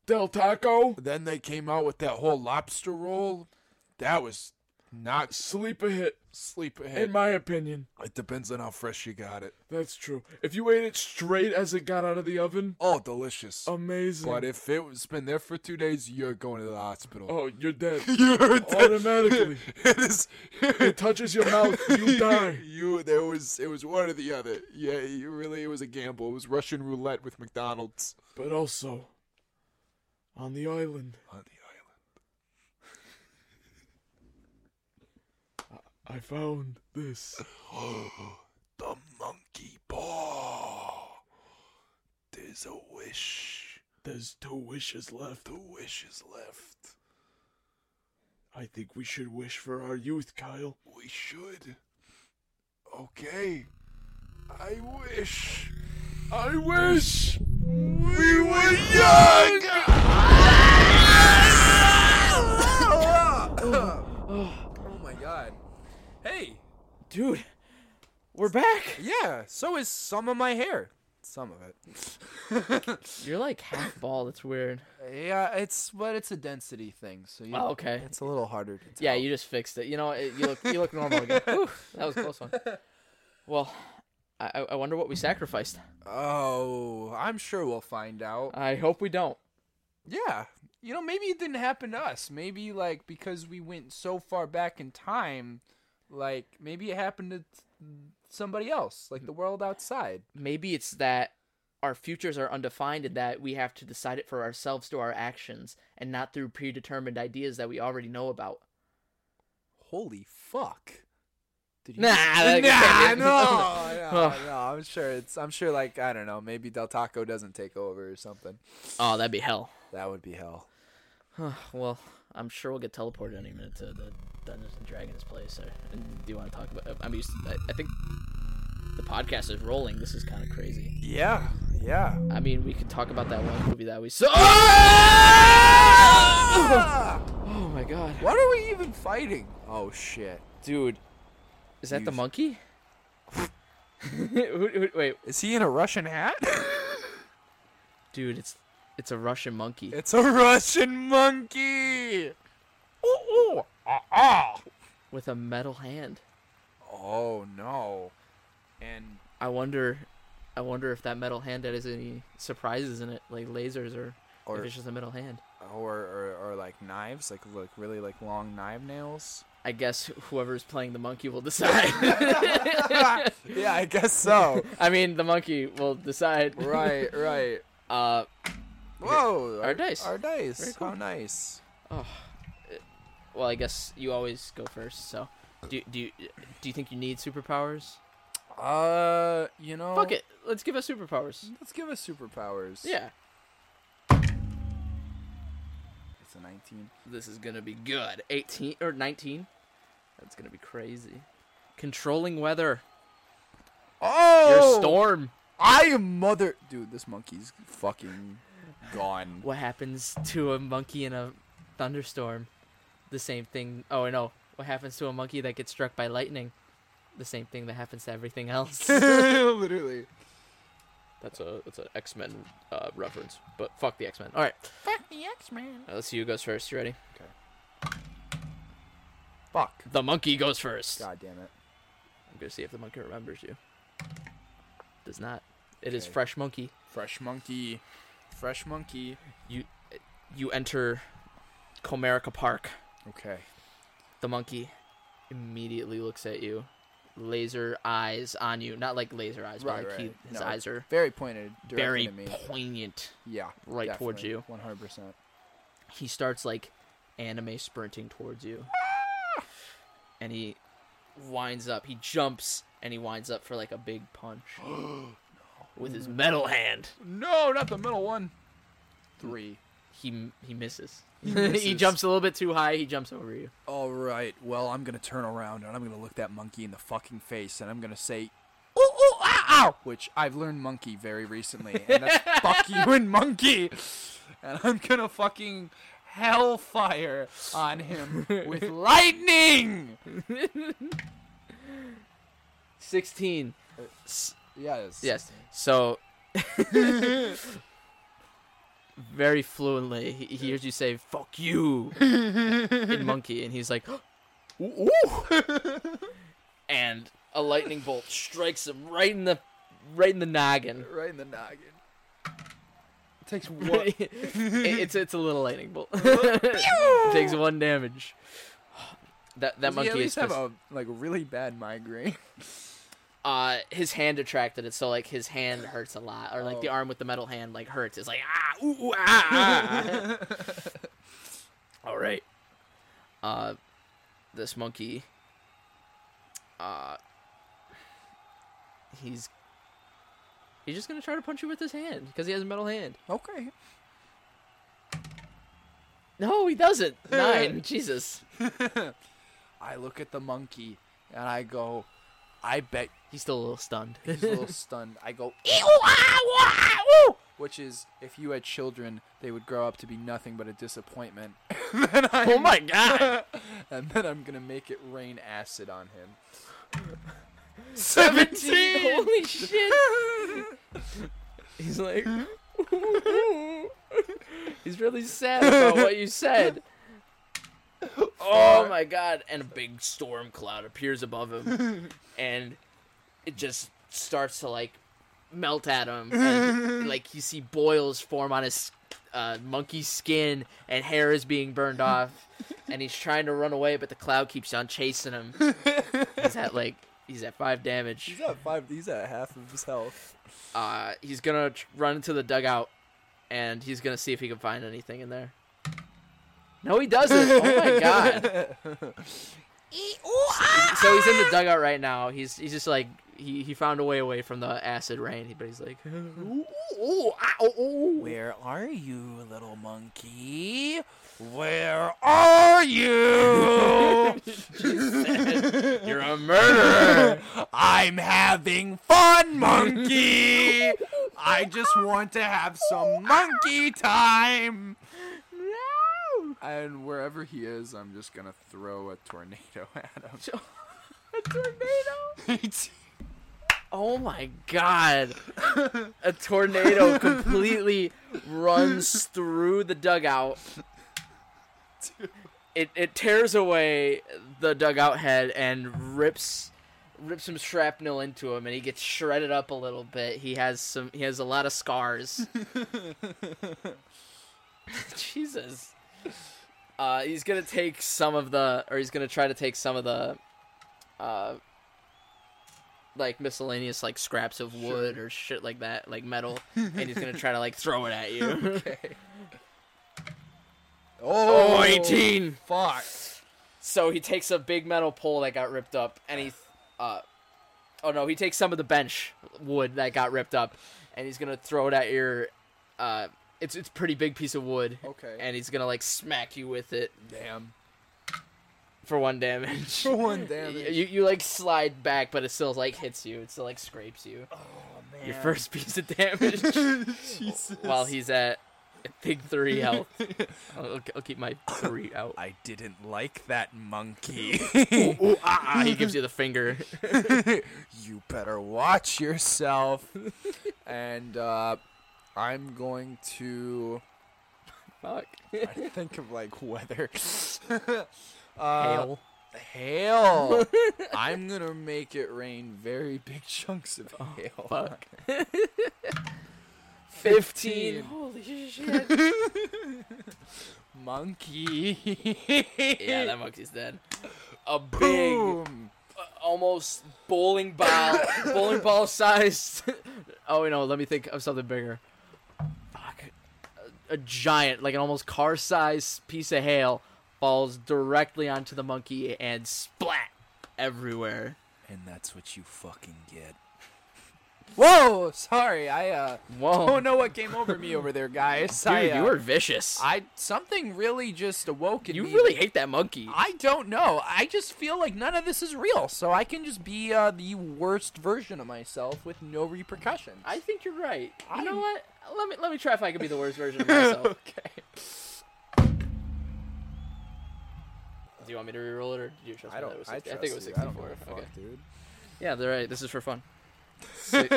[SPEAKER 4] Del Taco.
[SPEAKER 7] then they came out with that whole lobster roll. That was not
[SPEAKER 4] Sleeper hit,
[SPEAKER 7] sleep
[SPEAKER 4] in my opinion.
[SPEAKER 7] it depends on how fresh you got it.
[SPEAKER 4] That's true. If you ate it straight as it got out of the oven,
[SPEAKER 7] Oh, delicious.
[SPEAKER 4] amazing.
[SPEAKER 7] but if it was been there for two days, you're going to the hospital.
[SPEAKER 4] oh, you're dead.
[SPEAKER 7] You're dead.
[SPEAKER 4] Automatically.
[SPEAKER 7] it is.
[SPEAKER 4] it touches your mouth, you die.
[SPEAKER 7] You there was it was one or the other. Yeah, you really it was a gamble. It was Russian roulette with McDonald's
[SPEAKER 4] But also, on the island,
[SPEAKER 7] on the
[SPEAKER 4] I found this.
[SPEAKER 7] island. the monkey paw. There's a wish.
[SPEAKER 4] There's two wishes left.
[SPEAKER 7] The wish is left.
[SPEAKER 4] I think we should wish for our youth, Kyle.
[SPEAKER 7] We should. Okay. I wish. I wish we were young.
[SPEAKER 2] Oh my god. Hey,
[SPEAKER 3] Dude, we're back.
[SPEAKER 7] yeah, so is some of my hair. Some of it.
[SPEAKER 3] You're like half bald. That's weird.
[SPEAKER 2] Yeah, it's but it's a density thing, so you,
[SPEAKER 3] Oh, okay.
[SPEAKER 2] It's a little harder. To tell.
[SPEAKER 3] Yeah, you just fixed it. You know, it, you look you look normal again. Whew, that was a close one. Well, I, I- I wonder what we sacrificed.
[SPEAKER 2] Oh, I'm sure we'll find out.
[SPEAKER 3] I hope we don't.
[SPEAKER 2] Yeah, you know, maybe it didn't happen to us. Maybe like because we went so far back in time, like maybe it happened to t- somebody else, like the world outside.
[SPEAKER 3] Maybe it's that our futures are undefined and that we have to decide it for ourselves through our actions and not through predetermined ideas that we already know about.
[SPEAKER 2] Holy fuck! Did
[SPEAKER 3] Nah, that-
[SPEAKER 2] nah,
[SPEAKER 3] that-
[SPEAKER 2] no,
[SPEAKER 3] Oh.
[SPEAKER 2] no, no. I'm sure it's. I'm sure like I don't know. Maybe Del Taco doesn't take over or something.
[SPEAKER 3] Oh, that'd be hell.
[SPEAKER 2] That would be hell.
[SPEAKER 3] Well, I'm sure we'll get teleported any minute to the Dungeons and Dragons place. Or, and do you want to talk about? I'm used. I, I think the podcast is rolling. This is kind of crazy.
[SPEAKER 7] Yeah, yeah.
[SPEAKER 3] I mean, we could talk about that one movie that we saw.
[SPEAKER 2] Ah!
[SPEAKER 3] Oh my god,
[SPEAKER 2] What are we even fighting? Oh shit.
[SPEAKER 3] dude, is that the
[SPEAKER 2] Use-
[SPEAKER 3] monkey? Who- who- Wait,
[SPEAKER 7] Is he in a Russian hat?
[SPEAKER 3] dude, it's it's a Russian monkey.
[SPEAKER 7] it's a Russian monkey. ah,
[SPEAKER 3] with a metal hand.
[SPEAKER 2] Oh no. And
[SPEAKER 3] I wonder, I wonder if that metal hand that has any surprises in it, like lasers, or,
[SPEAKER 2] Or-
[SPEAKER 3] if it's just a metal hand.
[SPEAKER 2] or or, or like knives, like like really like long knife nails.
[SPEAKER 3] I guess whoever's playing the monkey will decide.
[SPEAKER 7] Yeah, I guess so.
[SPEAKER 3] I mean, the monkey will decide.
[SPEAKER 2] Right, right.
[SPEAKER 3] Uh,
[SPEAKER 2] Whoa,
[SPEAKER 3] Our dice.
[SPEAKER 2] Our dice.
[SPEAKER 3] cool.
[SPEAKER 2] How nice.
[SPEAKER 3] well, I guess you always go first. So, do do you, do you think you need superpowers?
[SPEAKER 2] Uh, you know.
[SPEAKER 3] Fuck it, let's give us superpowers.
[SPEAKER 2] Let's give us superpowers.
[SPEAKER 3] Yeah,
[SPEAKER 2] It's a 19.
[SPEAKER 3] this is gonna be good. Eighteen or nineteen? That's gonna be crazy. Controlling weather,
[SPEAKER 2] Oh!
[SPEAKER 3] your storm.
[SPEAKER 2] I am mother. Dude, this monkey's fucking gone.
[SPEAKER 3] What happens to a monkey in a thunderstorm? The same thing. Oh no, what happens to a monkey that gets struck by lightning? The same thing that happens to everything else.
[SPEAKER 2] Literally.
[SPEAKER 3] That's a that's an X Men uh, reference, but fuck the X Men. All right,
[SPEAKER 6] Fuck the X-Men.
[SPEAKER 3] let's see who goes first. You ready?
[SPEAKER 2] Fuck.
[SPEAKER 3] The monkey goes first.
[SPEAKER 2] God damn it.
[SPEAKER 3] I'm gonna see if the monkey remembers you. Does not. It is
[SPEAKER 2] Okay.
[SPEAKER 3] fresh monkey.
[SPEAKER 2] Fresh monkey. Fresh monkey.
[SPEAKER 3] You enter Comerica Park.
[SPEAKER 2] Okay.
[SPEAKER 3] The monkey immediately looks at you. Laser eyes on you. Not like laser eyes,
[SPEAKER 2] Right,
[SPEAKER 3] but like
[SPEAKER 2] right.
[SPEAKER 3] he, his
[SPEAKER 2] No,
[SPEAKER 3] eyes are
[SPEAKER 2] Very pointed directly
[SPEAKER 3] very
[SPEAKER 2] to me.
[SPEAKER 3] poignant.
[SPEAKER 2] yeah.
[SPEAKER 3] right towards you.
[SPEAKER 2] One hundred percent.
[SPEAKER 3] He starts like anime sprinting towards you. And he winds up. He jumps and he winds up for like a big punch. With his metal hand.
[SPEAKER 2] No, not the middle one. Three.
[SPEAKER 3] He he misses. he
[SPEAKER 2] misses.
[SPEAKER 3] jumps a little bit too high. He jumps over you.
[SPEAKER 2] All right. Well, I'm gonna turn around and I'm gonna look that monkey in the fucking face and I'm gonna say, "Ooh, ooh, ah, ow!" Which I've learned monkey very recently, and that's "fuck you" and monkey. And I'm gonna fucking hellfire on him with lightning.
[SPEAKER 3] 16.
[SPEAKER 2] Yes.
[SPEAKER 3] Yes. So, very fluently, he he hears you say "fuck you" in monkey, and he's like, "Ooh!" and a lightning bolt strikes him right in the right in the noggin.
[SPEAKER 2] Right in the noggin. It takes one.
[SPEAKER 3] It- it's it's a little lightning bolt. Takes one damage. That that
[SPEAKER 2] Does he
[SPEAKER 3] monkey
[SPEAKER 2] at least
[SPEAKER 3] is
[SPEAKER 2] have
[SPEAKER 3] pissed.
[SPEAKER 2] a like really bad migraine.
[SPEAKER 3] uh his hand attracted it so like his hand hurts a lot or like the arm with the metal hand like hurts it's like ah ooh, ooh ah, ah, ah. all right uh this monkey uh he's he's just gonna try to punch you with his hand because he has a metal hand
[SPEAKER 2] okay.
[SPEAKER 3] no he doesn't nine jesus
[SPEAKER 2] I look at the monkey and I go, I bet
[SPEAKER 3] he's still a little stunned
[SPEAKER 2] he's a little stunned. I go, "Ew,
[SPEAKER 3] ah, wah, ah, ooh.
[SPEAKER 2] which is if you had children, they would grow up to be nothing but a disappointment. And then I'm-
[SPEAKER 3] oh my god
[SPEAKER 2] And then I'm gonna make it rain acid on him.
[SPEAKER 3] 17 holy shit he's like he's really sad about what you said oh my god and a big storm cloud appears above him and it just starts to like melt at him and like you see boils form on his uh, monkey skin and hair is being burned off and he's trying to run away but the cloud keeps on chasing him he's at like he's at five damage
[SPEAKER 2] at five. He's at half of his health.
[SPEAKER 3] uh, he's gonna tr- run into the dugout, and he's gonna see if he can find anything in there. No, he doesn't. oh my god! so he's in the dugout right now. He's he's just like he, he found a way away from the acid rain, but he's like, ooh, ooh, ah, ooh, ooh.
[SPEAKER 2] Where are you, little monkey? Where are you?
[SPEAKER 3] you're a murderer.
[SPEAKER 2] I'm having fun, monkey. I just want to have some monkey time. No. And wherever he is, I'm just gonna throw a tornado at him. a tornado?
[SPEAKER 3] oh my god! A tornado completely runs through the dugout. it, it tears away the dugout head and rips rips some shrapnel into him and he gets shredded up a little bit. He has some he has a lot of scars. Jesus. Uh, he's gonna take some of the or he's gonna try to take some of the uh like miscellaneous like scraps of wood or shit like that, like metal, and he's gonna try to like throw it at you.
[SPEAKER 2] oh,
[SPEAKER 3] 18.
[SPEAKER 2] fuck.
[SPEAKER 3] So he takes a big metal pole that got ripped up, and he, uh, oh no, he takes some of the bench wood that got ripped up, and he's gonna throw it at your, uh, it's it's a pretty big piece of wood.
[SPEAKER 2] Okay.
[SPEAKER 3] And he's gonna like smack you with it
[SPEAKER 2] Damn.
[SPEAKER 3] for one damage.
[SPEAKER 2] For one
[SPEAKER 3] Y-
[SPEAKER 2] damage.
[SPEAKER 3] you you like slide back, but it still like hits you. It still like scrapes you. Oh man. Your first piece of damage. While he's at, I think three health. I'll, I'll keep my three out.
[SPEAKER 2] I didn't like that monkey.
[SPEAKER 3] Ooh, ah, ah, he gives you the finger.
[SPEAKER 2] you better watch yourself. and uh, I'm going to
[SPEAKER 3] Fuck.
[SPEAKER 2] think of like weather.
[SPEAKER 3] Hail.
[SPEAKER 2] hail. I'm gonna make it rain very big chunks of hail.
[SPEAKER 3] Oh, Fuck.
[SPEAKER 2] 15.
[SPEAKER 3] Holy shit.
[SPEAKER 2] Monkey.
[SPEAKER 3] yeah, that monkey's dead. a big, uh, almost bowling ball, bowling ball sized. oh no, let me think of something bigger. Fuck, a, a giant, like an almost car sized piece of hail falls directly onto the monkey and splat everywhere.
[SPEAKER 2] And that's what you fucking get. Whoa! Sorry, I uh,
[SPEAKER 3] Whoa,
[SPEAKER 2] don't know what came over me over there, guys. I,
[SPEAKER 3] dude,
[SPEAKER 2] uh,
[SPEAKER 3] you were vicious.
[SPEAKER 2] I something really just awoke in
[SPEAKER 3] you
[SPEAKER 2] me.
[SPEAKER 3] really hate that monkey.
[SPEAKER 2] I don't know. I just feel like none of this is real, so I can just be uh, the worst version of myself with no repercussions.
[SPEAKER 3] I think you're right. You know
[SPEAKER 2] I'm-
[SPEAKER 3] what? Let me let me try if I can be the worst version of myself.
[SPEAKER 2] okay.
[SPEAKER 3] Do you want me to reroll it or do you trust
[SPEAKER 2] I
[SPEAKER 3] me
[SPEAKER 2] don't.
[SPEAKER 3] that it was
[SPEAKER 2] I,
[SPEAKER 3] 60? I think it was
[SPEAKER 2] trust you. I don't
[SPEAKER 3] 64.
[SPEAKER 2] give a
[SPEAKER 3] Okay.
[SPEAKER 2] fuck, dude.
[SPEAKER 3] Yeah, they're right. This is for fun. Si-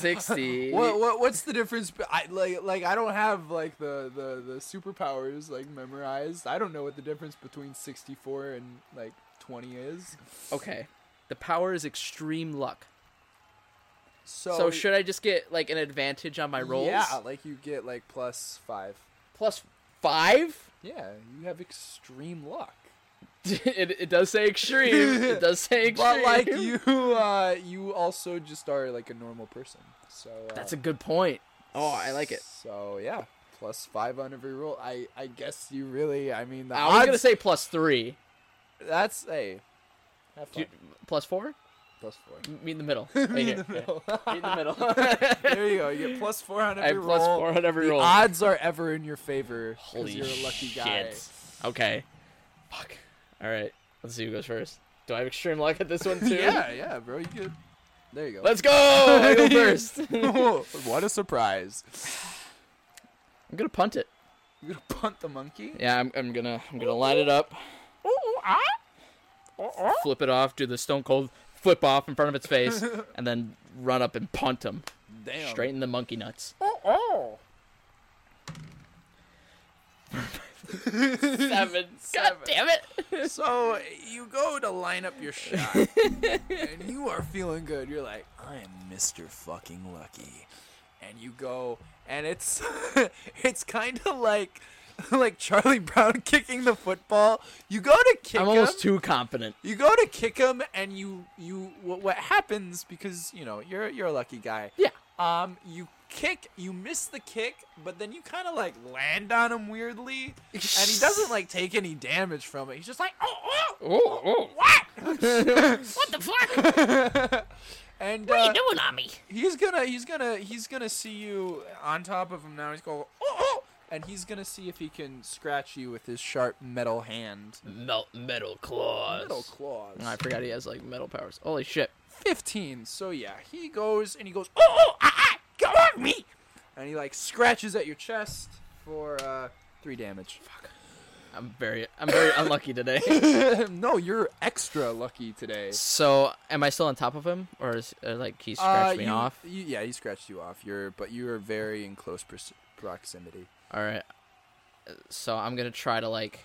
[SPEAKER 3] 60.
[SPEAKER 2] What, what what's the difference? be- I like like I don't have like the, the, the superpowers like memorized. I don't know what the difference between sixty four and like twenty is.
[SPEAKER 3] Okay. The power is extreme luck.
[SPEAKER 2] So
[SPEAKER 3] so should I just get like an advantage on my rolls?
[SPEAKER 2] Yeah, like you get like plus five.
[SPEAKER 3] Plus 5?
[SPEAKER 2] Yeah, you have extreme luck.
[SPEAKER 3] it, it does say extreme. It does say
[SPEAKER 2] But
[SPEAKER 3] extreme.
[SPEAKER 2] like you, uh, you also just are like a normal person. So uh,
[SPEAKER 3] That's a good point. Oh, I like it.
[SPEAKER 2] So yeah, plus five on every roll. I I guess you really. I mean, the
[SPEAKER 3] I was
[SPEAKER 2] odds.
[SPEAKER 3] going to say plus 3.
[SPEAKER 2] that's hey, have fun.
[SPEAKER 3] Do you- plus 4?
[SPEAKER 2] plus four.
[SPEAKER 3] Meet in the middle. Right here. Yeah. Meet in the middle.
[SPEAKER 2] there you go. You get plus four on
[SPEAKER 3] I
[SPEAKER 2] every
[SPEAKER 3] have plus
[SPEAKER 2] roll.
[SPEAKER 3] 4 on every
[SPEAKER 2] The
[SPEAKER 3] roll.
[SPEAKER 2] odds are ever in your favor. 'cause
[SPEAKER 3] Holy
[SPEAKER 2] you're a lucky
[SPEAKER 3] shit.
[SPEAKER 2] guy.
[SPEAKER 3] Okay. Fuck. All right. Let's see who goes first. Do I have extreme luck at this one too?
[SPEAKER 2] Yeah, yeah, bro. You get. There you go.
[SPEAKER 3] Let's go. I go first. I'm
[SPEAKER 2] what a surprise!
[SPEAKER 3] gonna punt it.
[SPEAKER 2] You gonna punt the monkey?
[SPEAKER 3] Yeah, I'm, I'm gonna I'm gonna line it up.
[SPEAKER 2] ah.
[SPEAKER 3] Flip it off. Do the stone cold flip off in front of its face, and then run up and punt him.
[SPEAKER 2] Damn.
[SPEAKER 3] Straighten the monkey nuts. Seven. God damn it.
[SPEAKER 2] So you go to line up your shot, and you are feeling good. You're like, I am Mr. Fucking Lucky, and you go, and it's it's kind of like like Charlie Brown kicking the football. You go to kick
[SPEAKER 3] I'm
[SPEAKER 2] him.
[SPEAKER 3] almost too confident.
[SPEAKER 2] you go to kick him, and you you what, what happens because you know you're you're a lucky guy.
[SPEAKER 3] Yeah.
[SPEAKER 2] Um, you kick, you miss the kick, but then you kind of like land on him weirdly, and he doesn't like take any damage from it. He's just like, oh, oh,
[SPEAKER 3] Oh, oh.
[SPEAKER 2] what?
[SPEAKER 6] What the fuck? What
[SPEAKER 2] And uh,
[SPEAKER 6] doing on me?
[SPEAKER 2] he's gonna, he's gonna, he's gonna see you on top of him now. He's going, oh, oh, and he's gonna see if he can scratch you with his sharp metal hand,
[SPEAKER 3] Melt metal claws.
[SPEAKER 2] metal claws.
[SPEAKER 3] I forgot he has like metal powers. Holy shit.
[SPEAKER 2] Fifteen. So yeah, he goes and he goes, oh, oh, ah, ah, come on me, and he like scratches at your chest for uh, three damage.
[SPEAKER 3] I'm very I'm very unlucky today.
[SPEAKER 2] no, you're extra lucky today.
[SPEAKER 3] So am I still on top of him or is uh, like
[SPEAKER 2] Uh,
[SPEAKER 3] he scratched me
[SPEAKER 2] you-
[SPEAKER 3] off?
[SPEAKER 2] you- yeah, he scratched you off. You're, but you are very in close pros- proximity.
[SPEAKER 3] All right. Uh, So I'm going to try to like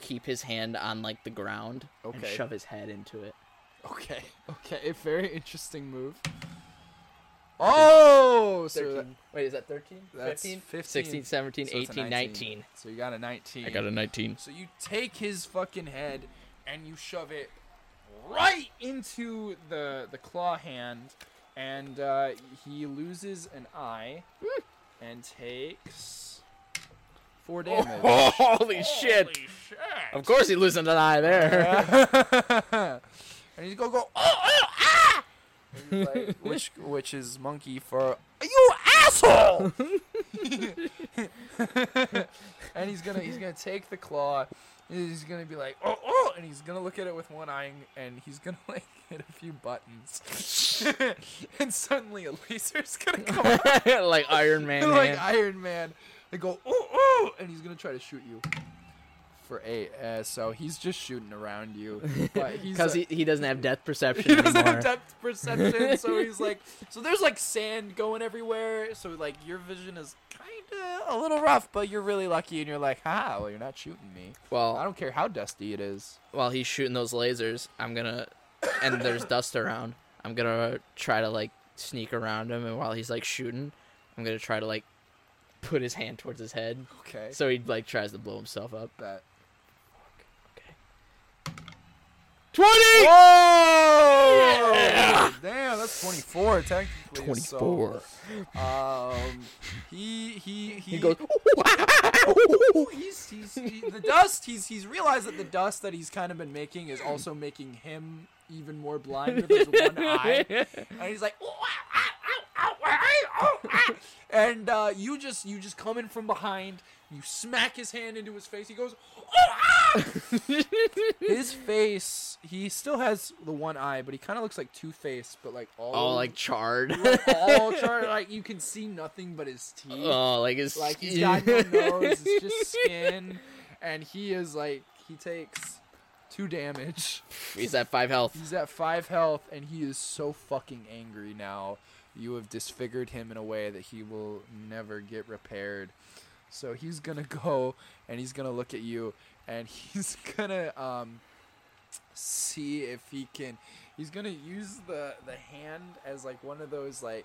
[SPEAKER 3] keep his hand on like the ground and
[SPEAKER 2] Okay.
[SPEAKER 3] shove his head into it.
[SPEAKER 2] Okay. Okay. A very interesting move. Oh, so
[SPEAKER 3] 13. Wait, is that 13?
[SPEAKER 2] that's
[SPEAKER 3] 15?
[SPEAKER 2] 15.
[SPEAKER 3] 16, 17,
[SPEAKER 2] So it's a
[SPEAKER 3] 18, 19.
[SPEAKER 2] So you got a 19.
[SPEAKER 3] I got a 19.
[SPEAKER 2] So you take his fucking head and you shove it right into the the claw hand, and uh, he loses an eye and takes four damage.
[SPEAKER 3] holy shit. Of course he loosened an eye there.
[SPEAKER 2] and he's gonna go, oh, oh ah! And he's like, which which is monkey for you asshole? and he's gonna he's gonna take the claw. And he's gonna be like, oh, oh, and he's gonna look at it with one eye, and- and he's gonna like hit a few buttons, and suddenly a laser's gonna come out
[SPEAKER 3] like Iron Man.
[SPEAKER 2] like
[SPEAKER 3] hand.
[SPEAKER 2] Iron Man. They go, ooh, ooh, and he's gonna try to shoot you for eight. Uh, so he's just shooting around you, but he's
[SPEAKER 3] Because
[SPEAKER 2] uh,
[SPEAKER 3] he, he doesn't have death perception
[SPEAKER 2] he doesn't
[SPEAKER 3] anymore.
[SPEAKER 2] have depth perception, so he's like, so there's like sand going everywhere, so like your vision is kind of a little rough, but you're really lucky, and you're like, ha, well you're not shooting me.
[SPEAKER 3] well,
[SPEAKER 2] I don't care how dusty it is.
[SPEAKER 3] while he's shooting those lasers, I'm gonna and there's dust around. I'm gonna try to like sneak around him, and while he's like shooting, I'm gonna try to like put his hand towards his head
[SPEAKER 2] Okay.
[SPEAKER 3] so he like tries to blow himself up.
[SPEAKER 2] that.
[SPEAKER 3] Twenty.
[SPEAKER 2] Whoa! Damn, that's 24 technically.
[SPEAKER 3] 24.
[SPEAKER 2] So, um, he he he,
[SPEAKER 3] He goes.
[SPEAKER 2] He's, he's he, the dust. He's he's realized that the dust that he's kind of been making is also making him even more blind with his one eye, and he's like. "Ooh, ah, ah, ow, ow, ah, ah, ah," And uh, you just you just come in from behind. You smack his hand into his face. He goes, "Oh, ah!" his face. He still has the one eye, but he kind of looks like Two Face, but like all
[SPEAKER 3] Oh, like charred.
[SPEAKER 2] all charred. Like you can see nothing but his teeth.
[SPEAKER 3] Oh, like his
[SPEAKER 2] Like he's
[SPEAKER 3] skin.
[SPEAKER 2] got no nose, it's just skin, and he is like he takes two damage.
[SPEAKER 3] He's at five health.
[SPEAKER 2] He's at five health, and he is so fucking angry now. You have disfigured him in a way that he will never get repaired. So he's gonna go, and he's gonna look at you, and he's gonna um see if he can. He's gonna use the the hand as like one of those like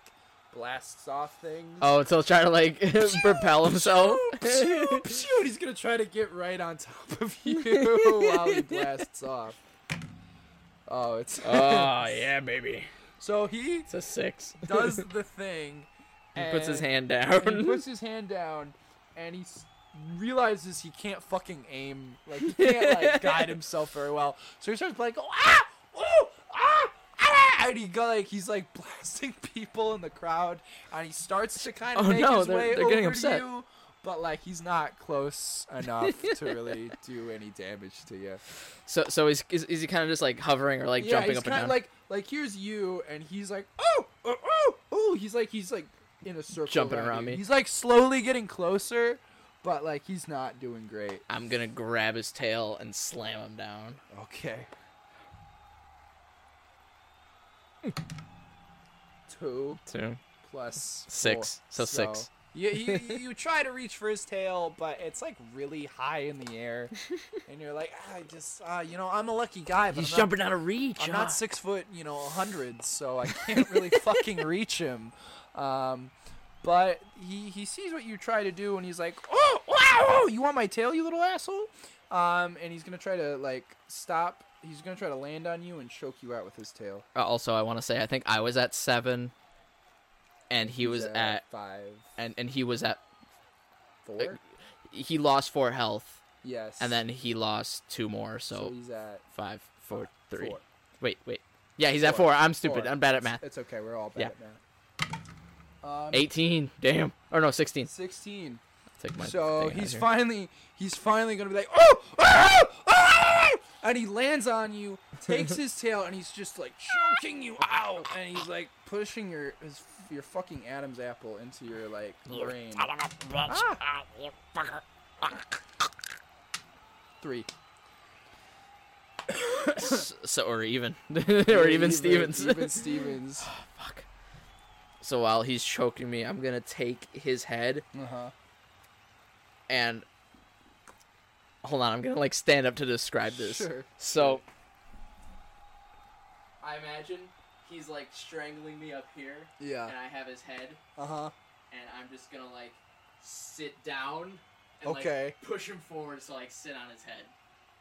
[SPEAKER 2] blasts off things.
[SPEAKER 3] Oh, so he'll try to like propel himself.
[SPEAKER 2] Pshoo, pshoo, and he's gonna try to get right on top of you while he blasts off. Oh, it's
[SPEAKER 3] oh yeah, baby.
[SPEAKER 2] so he
[SPEAKER 3] It's a six.
[SPEAKER 2] does the thing.
[SPEAKER 3] He puts his
[SPEAKER 2] and-
[SPEAKER 3] hand
[SPEAKER 2] and He
[SPEAKER 3] down.
[SPEAKER 2] puts his hand down, and he s- realizes he can't fucking aim. Like he can't like guide himself very well. So he starts like, ah, ooh, ah. ah," And he go like he's like blasting people in the crowd, and he starts to kind of
[SPEAKER 3] Oh,
[SPEAKER 2] make
[SPEAKER 3] no,
[SPEAKER 2] his
[SPEAKER 3] they're-
[SPEAKER 2] way
[SPEAKER 3] they're
[SPEAKER 2] over
[SPEAKER 3] getting
[SPEAKER 2] to
[SPEAKER 3] upset.
[SPEAKER 2] you, but like he's not close enough to really do any damage to you.
[SPEAKER 3] So, so is is, is he kind of just like hovering or like
[SPEAKER 2] yeah,
[SPEAKER 3] jumping
[SPEAKER 2] he's
[SPEAKER 3] up and
[SPEAKER 2] kinda
[SPEAKER 3] down?
[SPEAKER 2] Like like here's you, and he's like, oh, oh, oh, oh. He's like he's like in a circle,
[SPEAKER 3] Jumping around
[SPEAKER 2] you.
[SPEAKER 3] me.
[SPEAKER 2] He's like slowly getting closer, but like he's not doing great.
[SPEAKER 3] I'm gonna grab his tail and slam him down.
[SPEAKER 2] Okay. Two
[SPEAKER 3] Two.
[SPEAKER 2] plus
[SPEAKER 3] Six.
[SPEAKER 2] four.
[SPEAKER 3] So six.
[SPEAKER 2] You, you, you try to reach for his tail, but it's like really high in the air, and you're like, ah, I just, uh, you know, I'm a lucky guy, but I'm not
[SPEAKER 3] out of reach.
[SPEAKER 2] I'm not six foot, you know, a hundred, so I can't really fucking reach him. Um, but he he sees what you try to do, and he's like, "Oh, wow! oh, You want my tail, you little asshole?" Um, and he's gonna try to like stop. He's gonna try to land on you and choke you out with his tail.
[SPEAKER 3] Uh, also, I want to say I think I was at seven, and he was
[SPEAKER 2] He's
[SPEAKER 3] at
[SPEAKER 2] five,
[SPEAKER 3] and and he was at
[SPEAKER 2] four.
[SPEAKER 3] he lost four health,
[SPEAKER 2] Yes,
[SPEAKER 3] and then he lost two more, so,
[SPEAKER 2] so he's at
[SPEAKER 3] five, four, three.
[SPEAKER 2] four.
[SPEAKER 3] Wait, wait. Yeah, he's at four. I'm stupid.
[SPEAKER 2] Four.
[SPEAKER 3] I'm bad at math.
[SPEAKER 2] It's okay. We're all bad
[SPEAKER 3] Yeah.
[SPEAKER 2] at math. Um,
[SPEAKER 3] Eighteen. Damn. Or no, sixteen.
[SPEAKER 2] Sixteen.
[SPEAKER 3] Take my
[SPEAKER 2] So
[SPEAKER 3] thing out
[SPEAKER 2] he's
[SPEAKER 3] here.
[SPEAKER 2] finally he's finally gonna be like, oh, ah, ah, ah," and he lands on you, takes his tail, and he's just like choking you out, and he's like pushing your his, your fucking Adam's apple into your like brain. Ah. Three.
[SPEAKER 3] S- So or even or even Stevens.
[SPEAKER 2] Even Stevens.
[SPEAKER 3] So while he's choking me, I'm gonna take his head
[SPEAKER 2] Uh-huh.
[SPEAKER 3] and hold on. I'm gonna like stand up to describe this.
[SPEAKER 2] Sure.
[SPEAKER 3] So I imagine he's like strangling me up here,
[SPEAKER 2] Yeah.
[SPEAKER 3] and I have his head,
[SPEAKER 2] Uh huh.
[SPEAKER 3] and I'm just gonna like sit down and
[SPEAKER 2] like, Okay.
[SPEAKER 3] like push him forward so like sit on his head.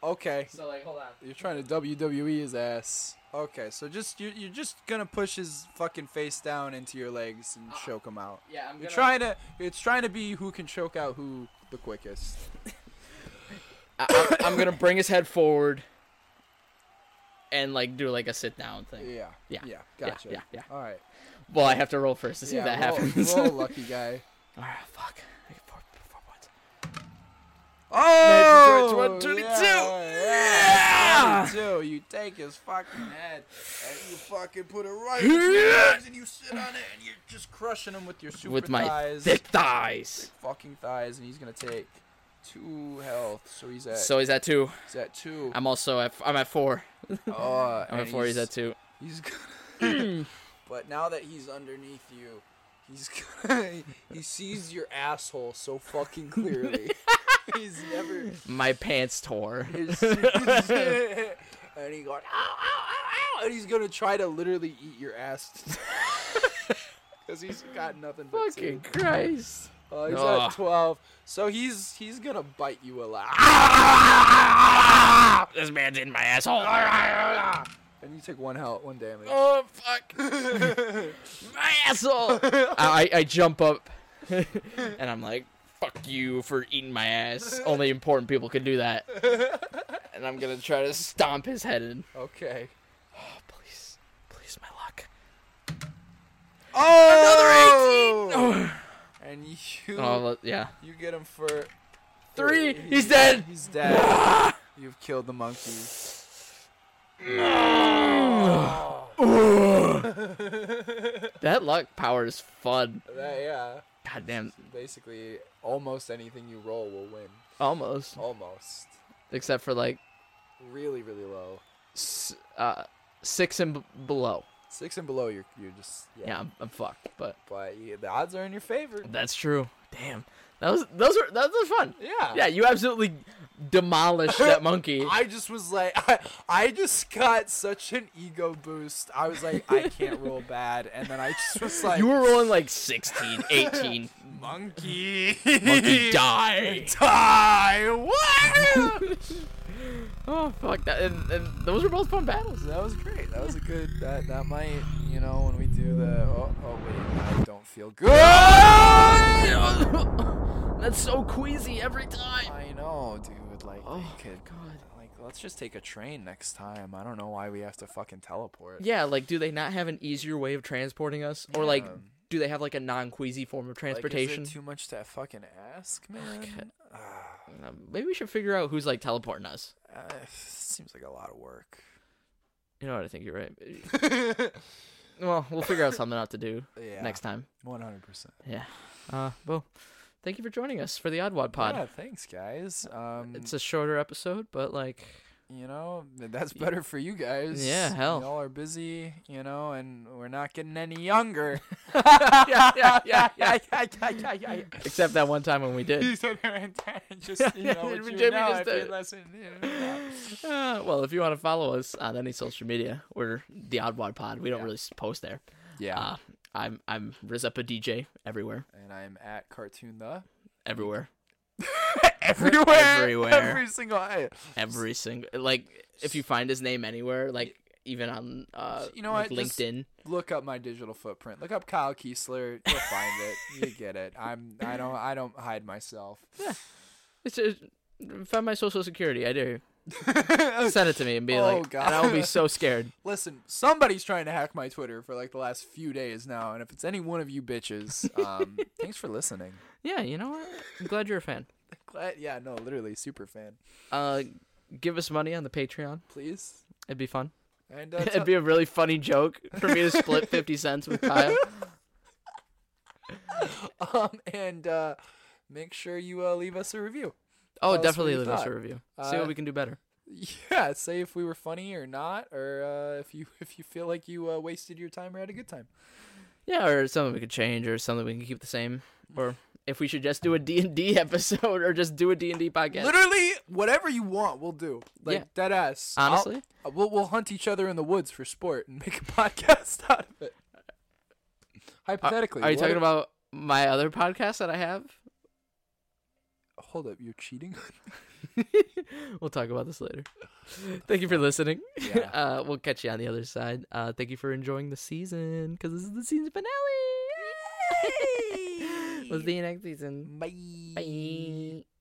[SPEAKER 2] Okay.
[SPEAKER 3] So like hold on.
[SPEAKER 2] You're trying to WWE his ass. Okay, so just you you're just gonna push his fucking face down into your legs and choke him out.
[SPEAKER 3] Yeah, I'm
[SPEAKER 2] You're
[SPEAKER 3] Uh-uh.
[SPEAKER 2] trying
[SPEAKER 3] gonna
[SPEAKER 2] to. It's trying to be who can choke out who the quickest.
[SPEAKER 3] I, I'm gonna bring his head forward and like do like a sit down thing.
[SPEAKER 2] Yeah.
[SPEAKER 3] Yeah,
[SPEAKER 2] Yeah.
[SPEAKER 3] yeah,
[SPEAKER 2] Gotcha.
[SPEAKER 3] yeah, yeah.
[SPEAKER 2] All right.
[SPEAKER 3] Well, I have to roll first to see
[SPEAKER 2] yeah,
[SPEAKER 3] if that
[SPEAKER 2] roll-
[SPEAKER 3] happens.
[SPEAKER 2] roll, lucky guy.
[SPEAKER 3] Ah, fuck. I get four, four points.
[SPEAKER 2] Oh,
[SPEAKER 3] George, 122.
[SPEAKER 2] Yeah, yeah, 122. You take his fucking head and you fucking put it right between your legs and you sit on it and you're just crushing him with your super
[SPEAKER 3] With my
[SPEAKER 2] thighs,
[SPEAKER 3] thick thighs.
[SPEAKER 2] fucking thighs, and he's gonna take two health. So he's at
[SPEAKER 3] So he's at two.
[SPEAKER 2] he's at two.
[SPEAKER 3] I'm also at. I'm at four.
[SPEAKER 2] oh,
[SPEAKER 3] I'm
[SPEAKER 2] and
[SPEAKER 3] at four. He's
[SPEAKER 2] he's-
[SPEAKER 3] at two.
[SPEAKER 2] He's gonna. but now that he's underneath you, he's gonna. He sees your asshole so fucking clearly. he's never.
[SPEAKER 3] My pants tore.
[SPEAKER 2] His, and he going, ow, ow, ow, ow, and he's gonna try to literally eat your ass. Because he's got nothing but
[SPEAKER 3] Fucking Christ.
[SPEAKER 2] teeth. Uh, he's
[SPEAKER 3] Ugh.
[SPEAKER 2] at twelve, so he's he's gonna bite you a lot.
[SPEAKER 3] This man's in my asshole.
[SPEAKER 2] And you take one health, one damage.
[SPEAKER 3] Oh fuck! My asshole! I, I jump up, and I'm like, "Fuck you for eating my ass." Only important people can do that. And I'm gonna try to stomp his head in.
[SPEAKER 2] Okay.
[SPEAKER 3] Oh, please, please, my luck.
[SPEAKER 2] Oh! And you
[SPEAKER 3] Oh le- yeah.
[SPEAKER 2] you get him for
[SPEAKER 3] Three. He's dead.
[SPEAKER 2] He's dead. You've killed the monkey.
[SPEAKER 3] That luck power is fun.
[SPEAKER 2] That, yeah.
[SPEAKER 3] Goddamn,
[SPEAKER 2] Basically, almost anything you roll will win.
[SPEAKER 3] almost.
[SPEAKER 2] Almost.
[SPEAKER 3] Except for like
[SPEAKER 2] Really, really low.
[SPEAKER 3] s- uh, six and b- below.
[SPEAKER 2] Six and below, you're you're just yeah.
[SPEAKER 3] Yeah, I'm, I'm fucked. But
[SPEAKER 2] But you, the odds are in your favor.
[SPEAKER 3] that's true. Damn. That was those were that was fun.
[SPEAKER 2] Yeah.
[SPEAKER 3] Yeah, you absolutely demolished that monkey.
[SPEAKER 2] I just was like, I, I just got such an ego boost. I was like, I can't roll bad, and then I just was like,
[SPEAKER 3] You were rolling like 16, 18.
[SPEAKER 2] monkey,
[SPEAKER 3] monkey die.
[SPEAKER 2] die. What?
[SPEAKER 3] Oh fuck that! And, and those were both fun battles.
[SPEAKER 2] that was great. That was a good. That that might, you know, when we do the. Oh, oh wait, I don't feel good.
[SPEAKER 3] That's so queasy every time.
[SPEAKER 2] I know, dude. Like, we
[SPEAKER 3] Oh,
[SPEAKER 2] could,
[SPEAKER 3] God.
[SPEAKER 2] like, let's just take a train next time. I don't know why we have to fucking teleport.
[SPEAKER 3] Yeah, like do they not have an easier way of transporting us, or like do they have like a non-queasy form of
[SPEAKER 2] Like, is it
[SPEAKER 3] transportation?
[SPEAKER 2] too much to fucking ask, man? Ah,
[SPEAKER 3] Uh, Maybe we should figure out who's like teleporting us.
[SPEAKER 2] Uh, seems like a lot of work.
[SPEAKER 3] You know what? I think you're right. well, we'll figure out something out to do
[SPEAKER 2] Yeah.
[SPEAKER 3] next time.
[SPEAKER 2] One hundred percent.
[SPEAKER 3] Yeah. Uh, well, thank you for joining us for the Oddwad Pod.
[SPEAKER 2] Yeah, thanks guys. Um,
[SPEAKER 3] It's a shorter episode, but like,
[SPEAKER 2] you know that's better for you guys.
[SPEAKER 3] Yeah, hell.
[SPEAKER 2] y'all are busy, you know, and we're not getting any younger.
[SPEAKER 3] yeah, yeah, yeah, yeah.
[SPEAKER 2] Just
[SPEAKER 3] Except that one time when we did.
[SPEAKER 2] you
[SPEAKER 3] Yeah,
[SPEAKER 2] know, what
[SPEAKER 3] we
[SPEAKER 2] you
[SPEAKER 3] did- we
[SPEAKER 2] know
[SPEAKER 3] just
[SPEAKER 2] if
[SPEAKER 3] did
[SPEAKER 2] you
[SPEAKER 3] it.
[SPEAKER 2] listen, you know.
[SPEAKER 3] Uh, well, if you want to follow us on any social media, we're the Oddwad Pod. We don't really s- post there.
[SPEAKER 2] Yeah,
[SPEAKER 3] Uh, I'm I'm Rizzupa DJ everywhere,
[SPEAKER 2] and I'm at cartoon the
[SPEAKER 3] everywhere,
[SPEAKER 2] everywhere,
[SPEAKER 3] everywhere.
[SPEAKER 2] every single. I,
[SPEAKER 3] every single like. If you find his name anywhere, like even on uh,
[SPEAKER 2] You know
[SPEAKER 3] like
[SPEAKER 2] what, just-
[SPEAKER 3] LinkedIn.
[SPEAKER 2] look up my digital footprint. Look up Kyle Kiesler. You'll find it. You get it. I'm. I don't. I don't hide myself.
[SPEAKER 3] It's just, find my social security. I do. Send it to me and be
[SPEAKER 2] Oh,
[SPEAKER 3] like,
[SPEAKER 2] God.
[SPEAKER 3] and I'll be so scared.
[SPEAKER 2] Listen, somebody's trying to hack my Twitter for like the last few days now, and if it's any one of you bitches, um, thanks for listening.
[SPEAKER 3] Yeah, you know what? I'm glad you're a fan.
[SPEAKER 2] Glad, yeah, no, literally super fan.
[SPEAKER 3] Uh, give us money on the Patreon.
[SPEAKER 2] Please,
[SPEAKER 3] It'd be fun.
[SPEAKER 2] and uh,
[SPEAKER 3] It'd be a really funny joke for me to split fifty cents with Kyle.
[SPEAKER 2] tell- um, and uh, make sure you uh, leave us a review.
[SPEAKER 3] Oh,
[SPEAKER 2] what
[SPEAKER 3] definitely
[SPEAKER 2] you
[SPEAKER 3] leave us a
[SPEAKER 2] thought.
[SPEAKER 3] review. See
[SPEAKER 2] Uh,
[SPEAKER 3] what we can do better.
[SPEAKER 2] Yeah, say if we were funny or not, or uh, if you if you feel like you uh, wasted your time or had a good time.
[SPEAKER 3] Yeah, or something we could change, or something we can keep the same, or if we should just do a D and D episode, or just do a D and D podcast.
[SPEAKER 2] Literally, whatever you want, we'll do. Like
[SPEAKER 3] Yeah.
[SPEAKER 2] dead ass. I'll-
[SPEAKER 3] Honestly,
[SPEAKER 2] uh, we'll we'll hunt each other in the woods for sport and make a podcast out of it. Hypothetically,
[SPEAKER 3] are you
[SPEAKER 2] what
[SPEAKER 3] talking
[SPEAKER 2] if-
[SPEAKER 3] about my other podcast that I have?
[SPEAKER 2] Hold up, you're cheating.
[SPEAKER 3] we'll talk about this later. Thank you for listening.
[SPEAKER 2] Yeah.
[SPEAKER 3] Uh, we'll catch you on the other side. Uh, thank you for enjoying the season because this is the season finale. Yay! we'll see you next season. Bye. Bye.